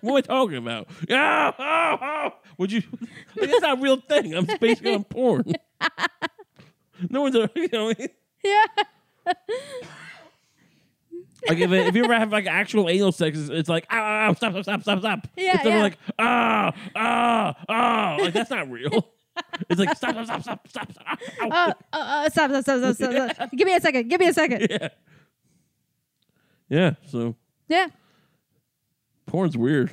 [SPEAKER 1] what am I talking about? Yeah, oh, oh. Would you? Like, that's not a real thing. I'm basically on porn. No one's a- you know. Like
[SPEAKER 2] Yeah.
[SPEAKER 1] if, it, if you ever have like actual anal sex, it's, it's like ah, ah, stop, stop, stop, stop, stop.
[SPEAKER 2] Yeah,
[SPEAKER 1] It's never
[SPEAKER 2] yeah.
[SPEAKER 1] like ah, ah, ah. Like that's not real. it's like stop, stop, stop, stop, stop, stop. Ow, ow.
[SPEAKER 2] Uh, uh, uh, stop, stop, stop, stop, stop, stop. Give me a second. Give me a second.
[SPEAKER 1] yeah. Yeah, so
[SPEAKER 2] Yeah.
[SPEAKER 1] porn's weird.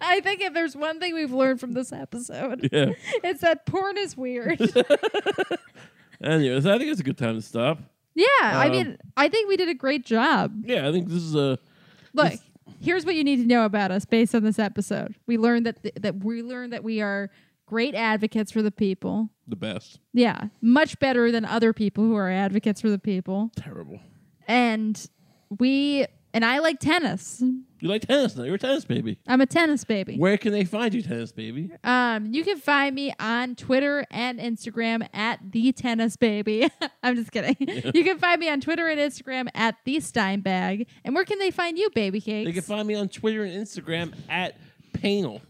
[SPEAKER 2] I think if there's one thing we've learned from this episode,
[SPEAKER 1] Yeah.
[SPEAKER 2] it's that porn is weird.
[SPEAKER 1] anyway, so I think it's a good time to stop.
[SPEAKER 2] yeah. I
[SPEAKER 1] Um,
[SPEAKER 2] mean, I think we did a great job.
[SPEAKER 1] Yeah, I think this is uh, a
[SPEAKER 2] Look, here's what you need to know about us based on this episode. We learned that th- that we learned that we are great advocates for the people.
[SPEAKER 1] the best.
[SPEAKER 2] Yeah, much better than other people who are advocates for the people.
[SPEAKER 1] Terrible.
[SPEAKER 2] And we and I like tennis.
[SPEAKER 1] You like tennis now. You're a tennis baby.
[SPEAKER 2] I'm a tennis baby.
[SPEAKER 1] Where can they find you, tennis baby?
[SPEAKER 2] Um, you can find me on Twitter and Instagram at the tennis baby. I'm just kidding. You can find me on Twitter and Instagram at the Steinbag. And where can they find you, baby cakes?
[SPEAKER 1] They can find me on Twitter and Instagram at Panel.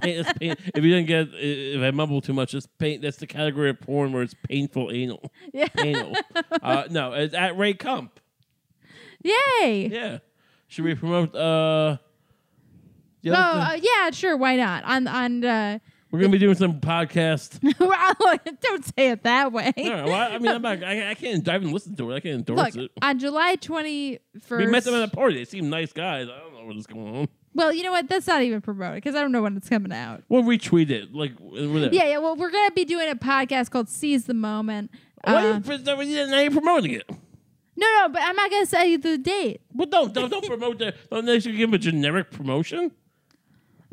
[SPEAKER 1] Pain, it's pain. If you didn't get, if I mumble too much, it's pain. That's the category of porn where it's painful anal.
[SPEAKER 2] Yeah.
[SPEAKER 1] Anal. Uh, no, it's at Ray Kump.
[SPEAKER 2] Yay!
[SPEAKER 1] Yeah. Should we promote? Uh, the
[SPEAKER 2] Oh,
[SPEAKER 1] other thing?
[SPEAKER 2] uh, yeah, sure. Why not? On on. Uh,
[SPEAKER 1] We're gonna be doing some podcast.
[SPEAKER 2] well, don't say it that way.
[SPEAKER 1] All right, well, I mean, I'm not, I, I can't. I haven't listened to it. I can't endorse
[SPEAKER 2] Look,
[SPEAKER 1] it.
[SPEAKER 2] on July twenty first.
[SPEAKER 1] We met them at a party. They seem nice guys. I don't know what is going on.
[SPEAKER 2] Well, you know what? That's not even promoted because I don't know when it's coming out.
[SPEAKER 1] We'll retweet it. Like, we're there.
[SPEAKER 2] Yeah, yeah. Well, we're gonna be doing a podcast called "Seize the Moment."
[SPEAKER 1] Why
[SPEAKER 2] Uh,
[SPEAKER 1] are you, now you're promoting it?
[SPEAKER 2] no, no, but I'm not gonna say the date.
[SPEAKER 1] Well, don't don't, don't promote that. Don't they should give him a generic promotion.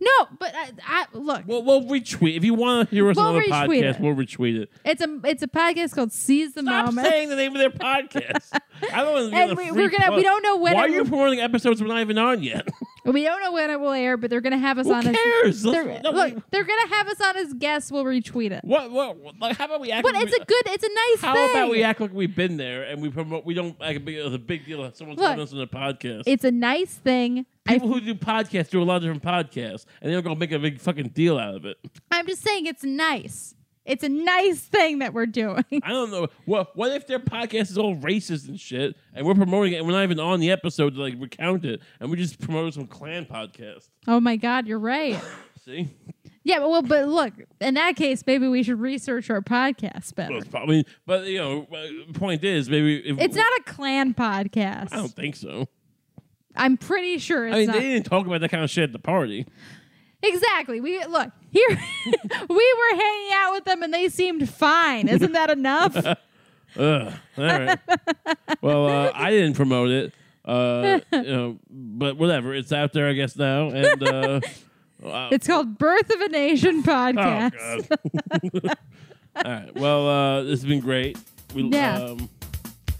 [SPEAKER 2] No, but I, I look.
[SPEAKER 1] We'll, we'll retweet. If you want to hear us
[SPEAKER 2] We'll
[SPEAKER 1] on another
[SPEAKER 2] retweet
[SPEAKER 1] podcast,
[SPEAKER 2] it.
[SPEAKER 1] we'll retweet it.
[SPEAKER 2] It's a it's a podcast called Seize the
[SPEAKER 1] Stop
[SPEAKER 2] Moment.
[SPEAKER 1] saying the name of their podcast. I don't want to
[SPEAKER 2] eh? And we- we're gonna- we don't know when
[SPEAKER 1] Why
[SPEAKER 2] it
[SPEAKER 1] are you
[SPEAKER 2] will-
[SPEAKER 1] promoting episodes we're not even on yet?
[SPEAKER 2] We don't know when it will air, but they're gonna have us
[SPEAKER 1] Who
[SPEAKER 2] on.
[SPEAKER 1] cares?
[SPEAKER 2] As, they're,
[SPEAKER 1] Let's- no, we-
[SPEAKER 2] look, they're gonna have us on as guests. We'll retweet it.
[SPEAKER 1] what, what, what- like, How about we act?
[SPEAKER 2] But
[SPEAKER 1] like
[SPEAKER 2] it's
[SPEAKER 1] we-
[SPEAKER 2] a good. It's a nice
[SPEAKER 1] How
[SPEAKER 2] thing.
[SPEAKER 1] about we act like we've been there and we promote? We don't like a big, it's a big deal. that Someone's
[SPEAKER 2] Look,
[SPEAKER 1] having us on their podcast.
[SPEAKER 2] It's a nice thing. I,
[SPEAKER 1] People who do podcasts do a lot of different podcasts, and they're gonna make a big fucking deal out of it.
[SPEAKER 2] I'm just saying it's nice. It's a nice thing that we're doing.
[SPEAKER 1] I don't know. What what if their podcast is all racist and shit, and we're promoting it, and we're not even on the episode to like recount it, and we just promoted some clan podcast?
[SPEAKER 2] Oh my God, you're right.
[SPEAKER 1] See,
[SPEAKER 2] Yeah, but well, but look, in that case, maybe we should research our podcast better.
[SPEAKER 1] well, it's probably. But you know, uh, point is maybe if,
[SPEAKER 2] It's not a clan podcast.
[SPEAKER 1] I don't think so.
[SPEAKER 2] I'm pretty sure it's
[SPEAKER 1] I mean,
[SPEAKER 2] not.
[SPEAKER 1] they didn't talk about that kind of shit at the party.
[SPEAKER 2] Exactly. We look here. we were hanging out with them, and they seemed fine. Isn't that enough?
[SPEAKER 1] Ugh. All right. well, uh, I didn't promote it. Uh, you know, but whatever. It's out there, I guess now. And uh, uh,
[SPEAKER 2] it's called Birth of a Nation
[SPEAKER 1] oh
[SPEAKER 2] podcast.
[SPEAKER 1] god. all right. Well, uh, this has been great. We
[SPEAKER 2] Yeah.
[SPEAKER 1] um,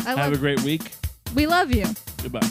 [SPEAKER 2] I
[SPEAKER 1] have
[SPEAKER 2] love,
[SPEAKER 1] a great week.
[SPEAKER 2] we love you.
[SPEAKER 1] Goodbye.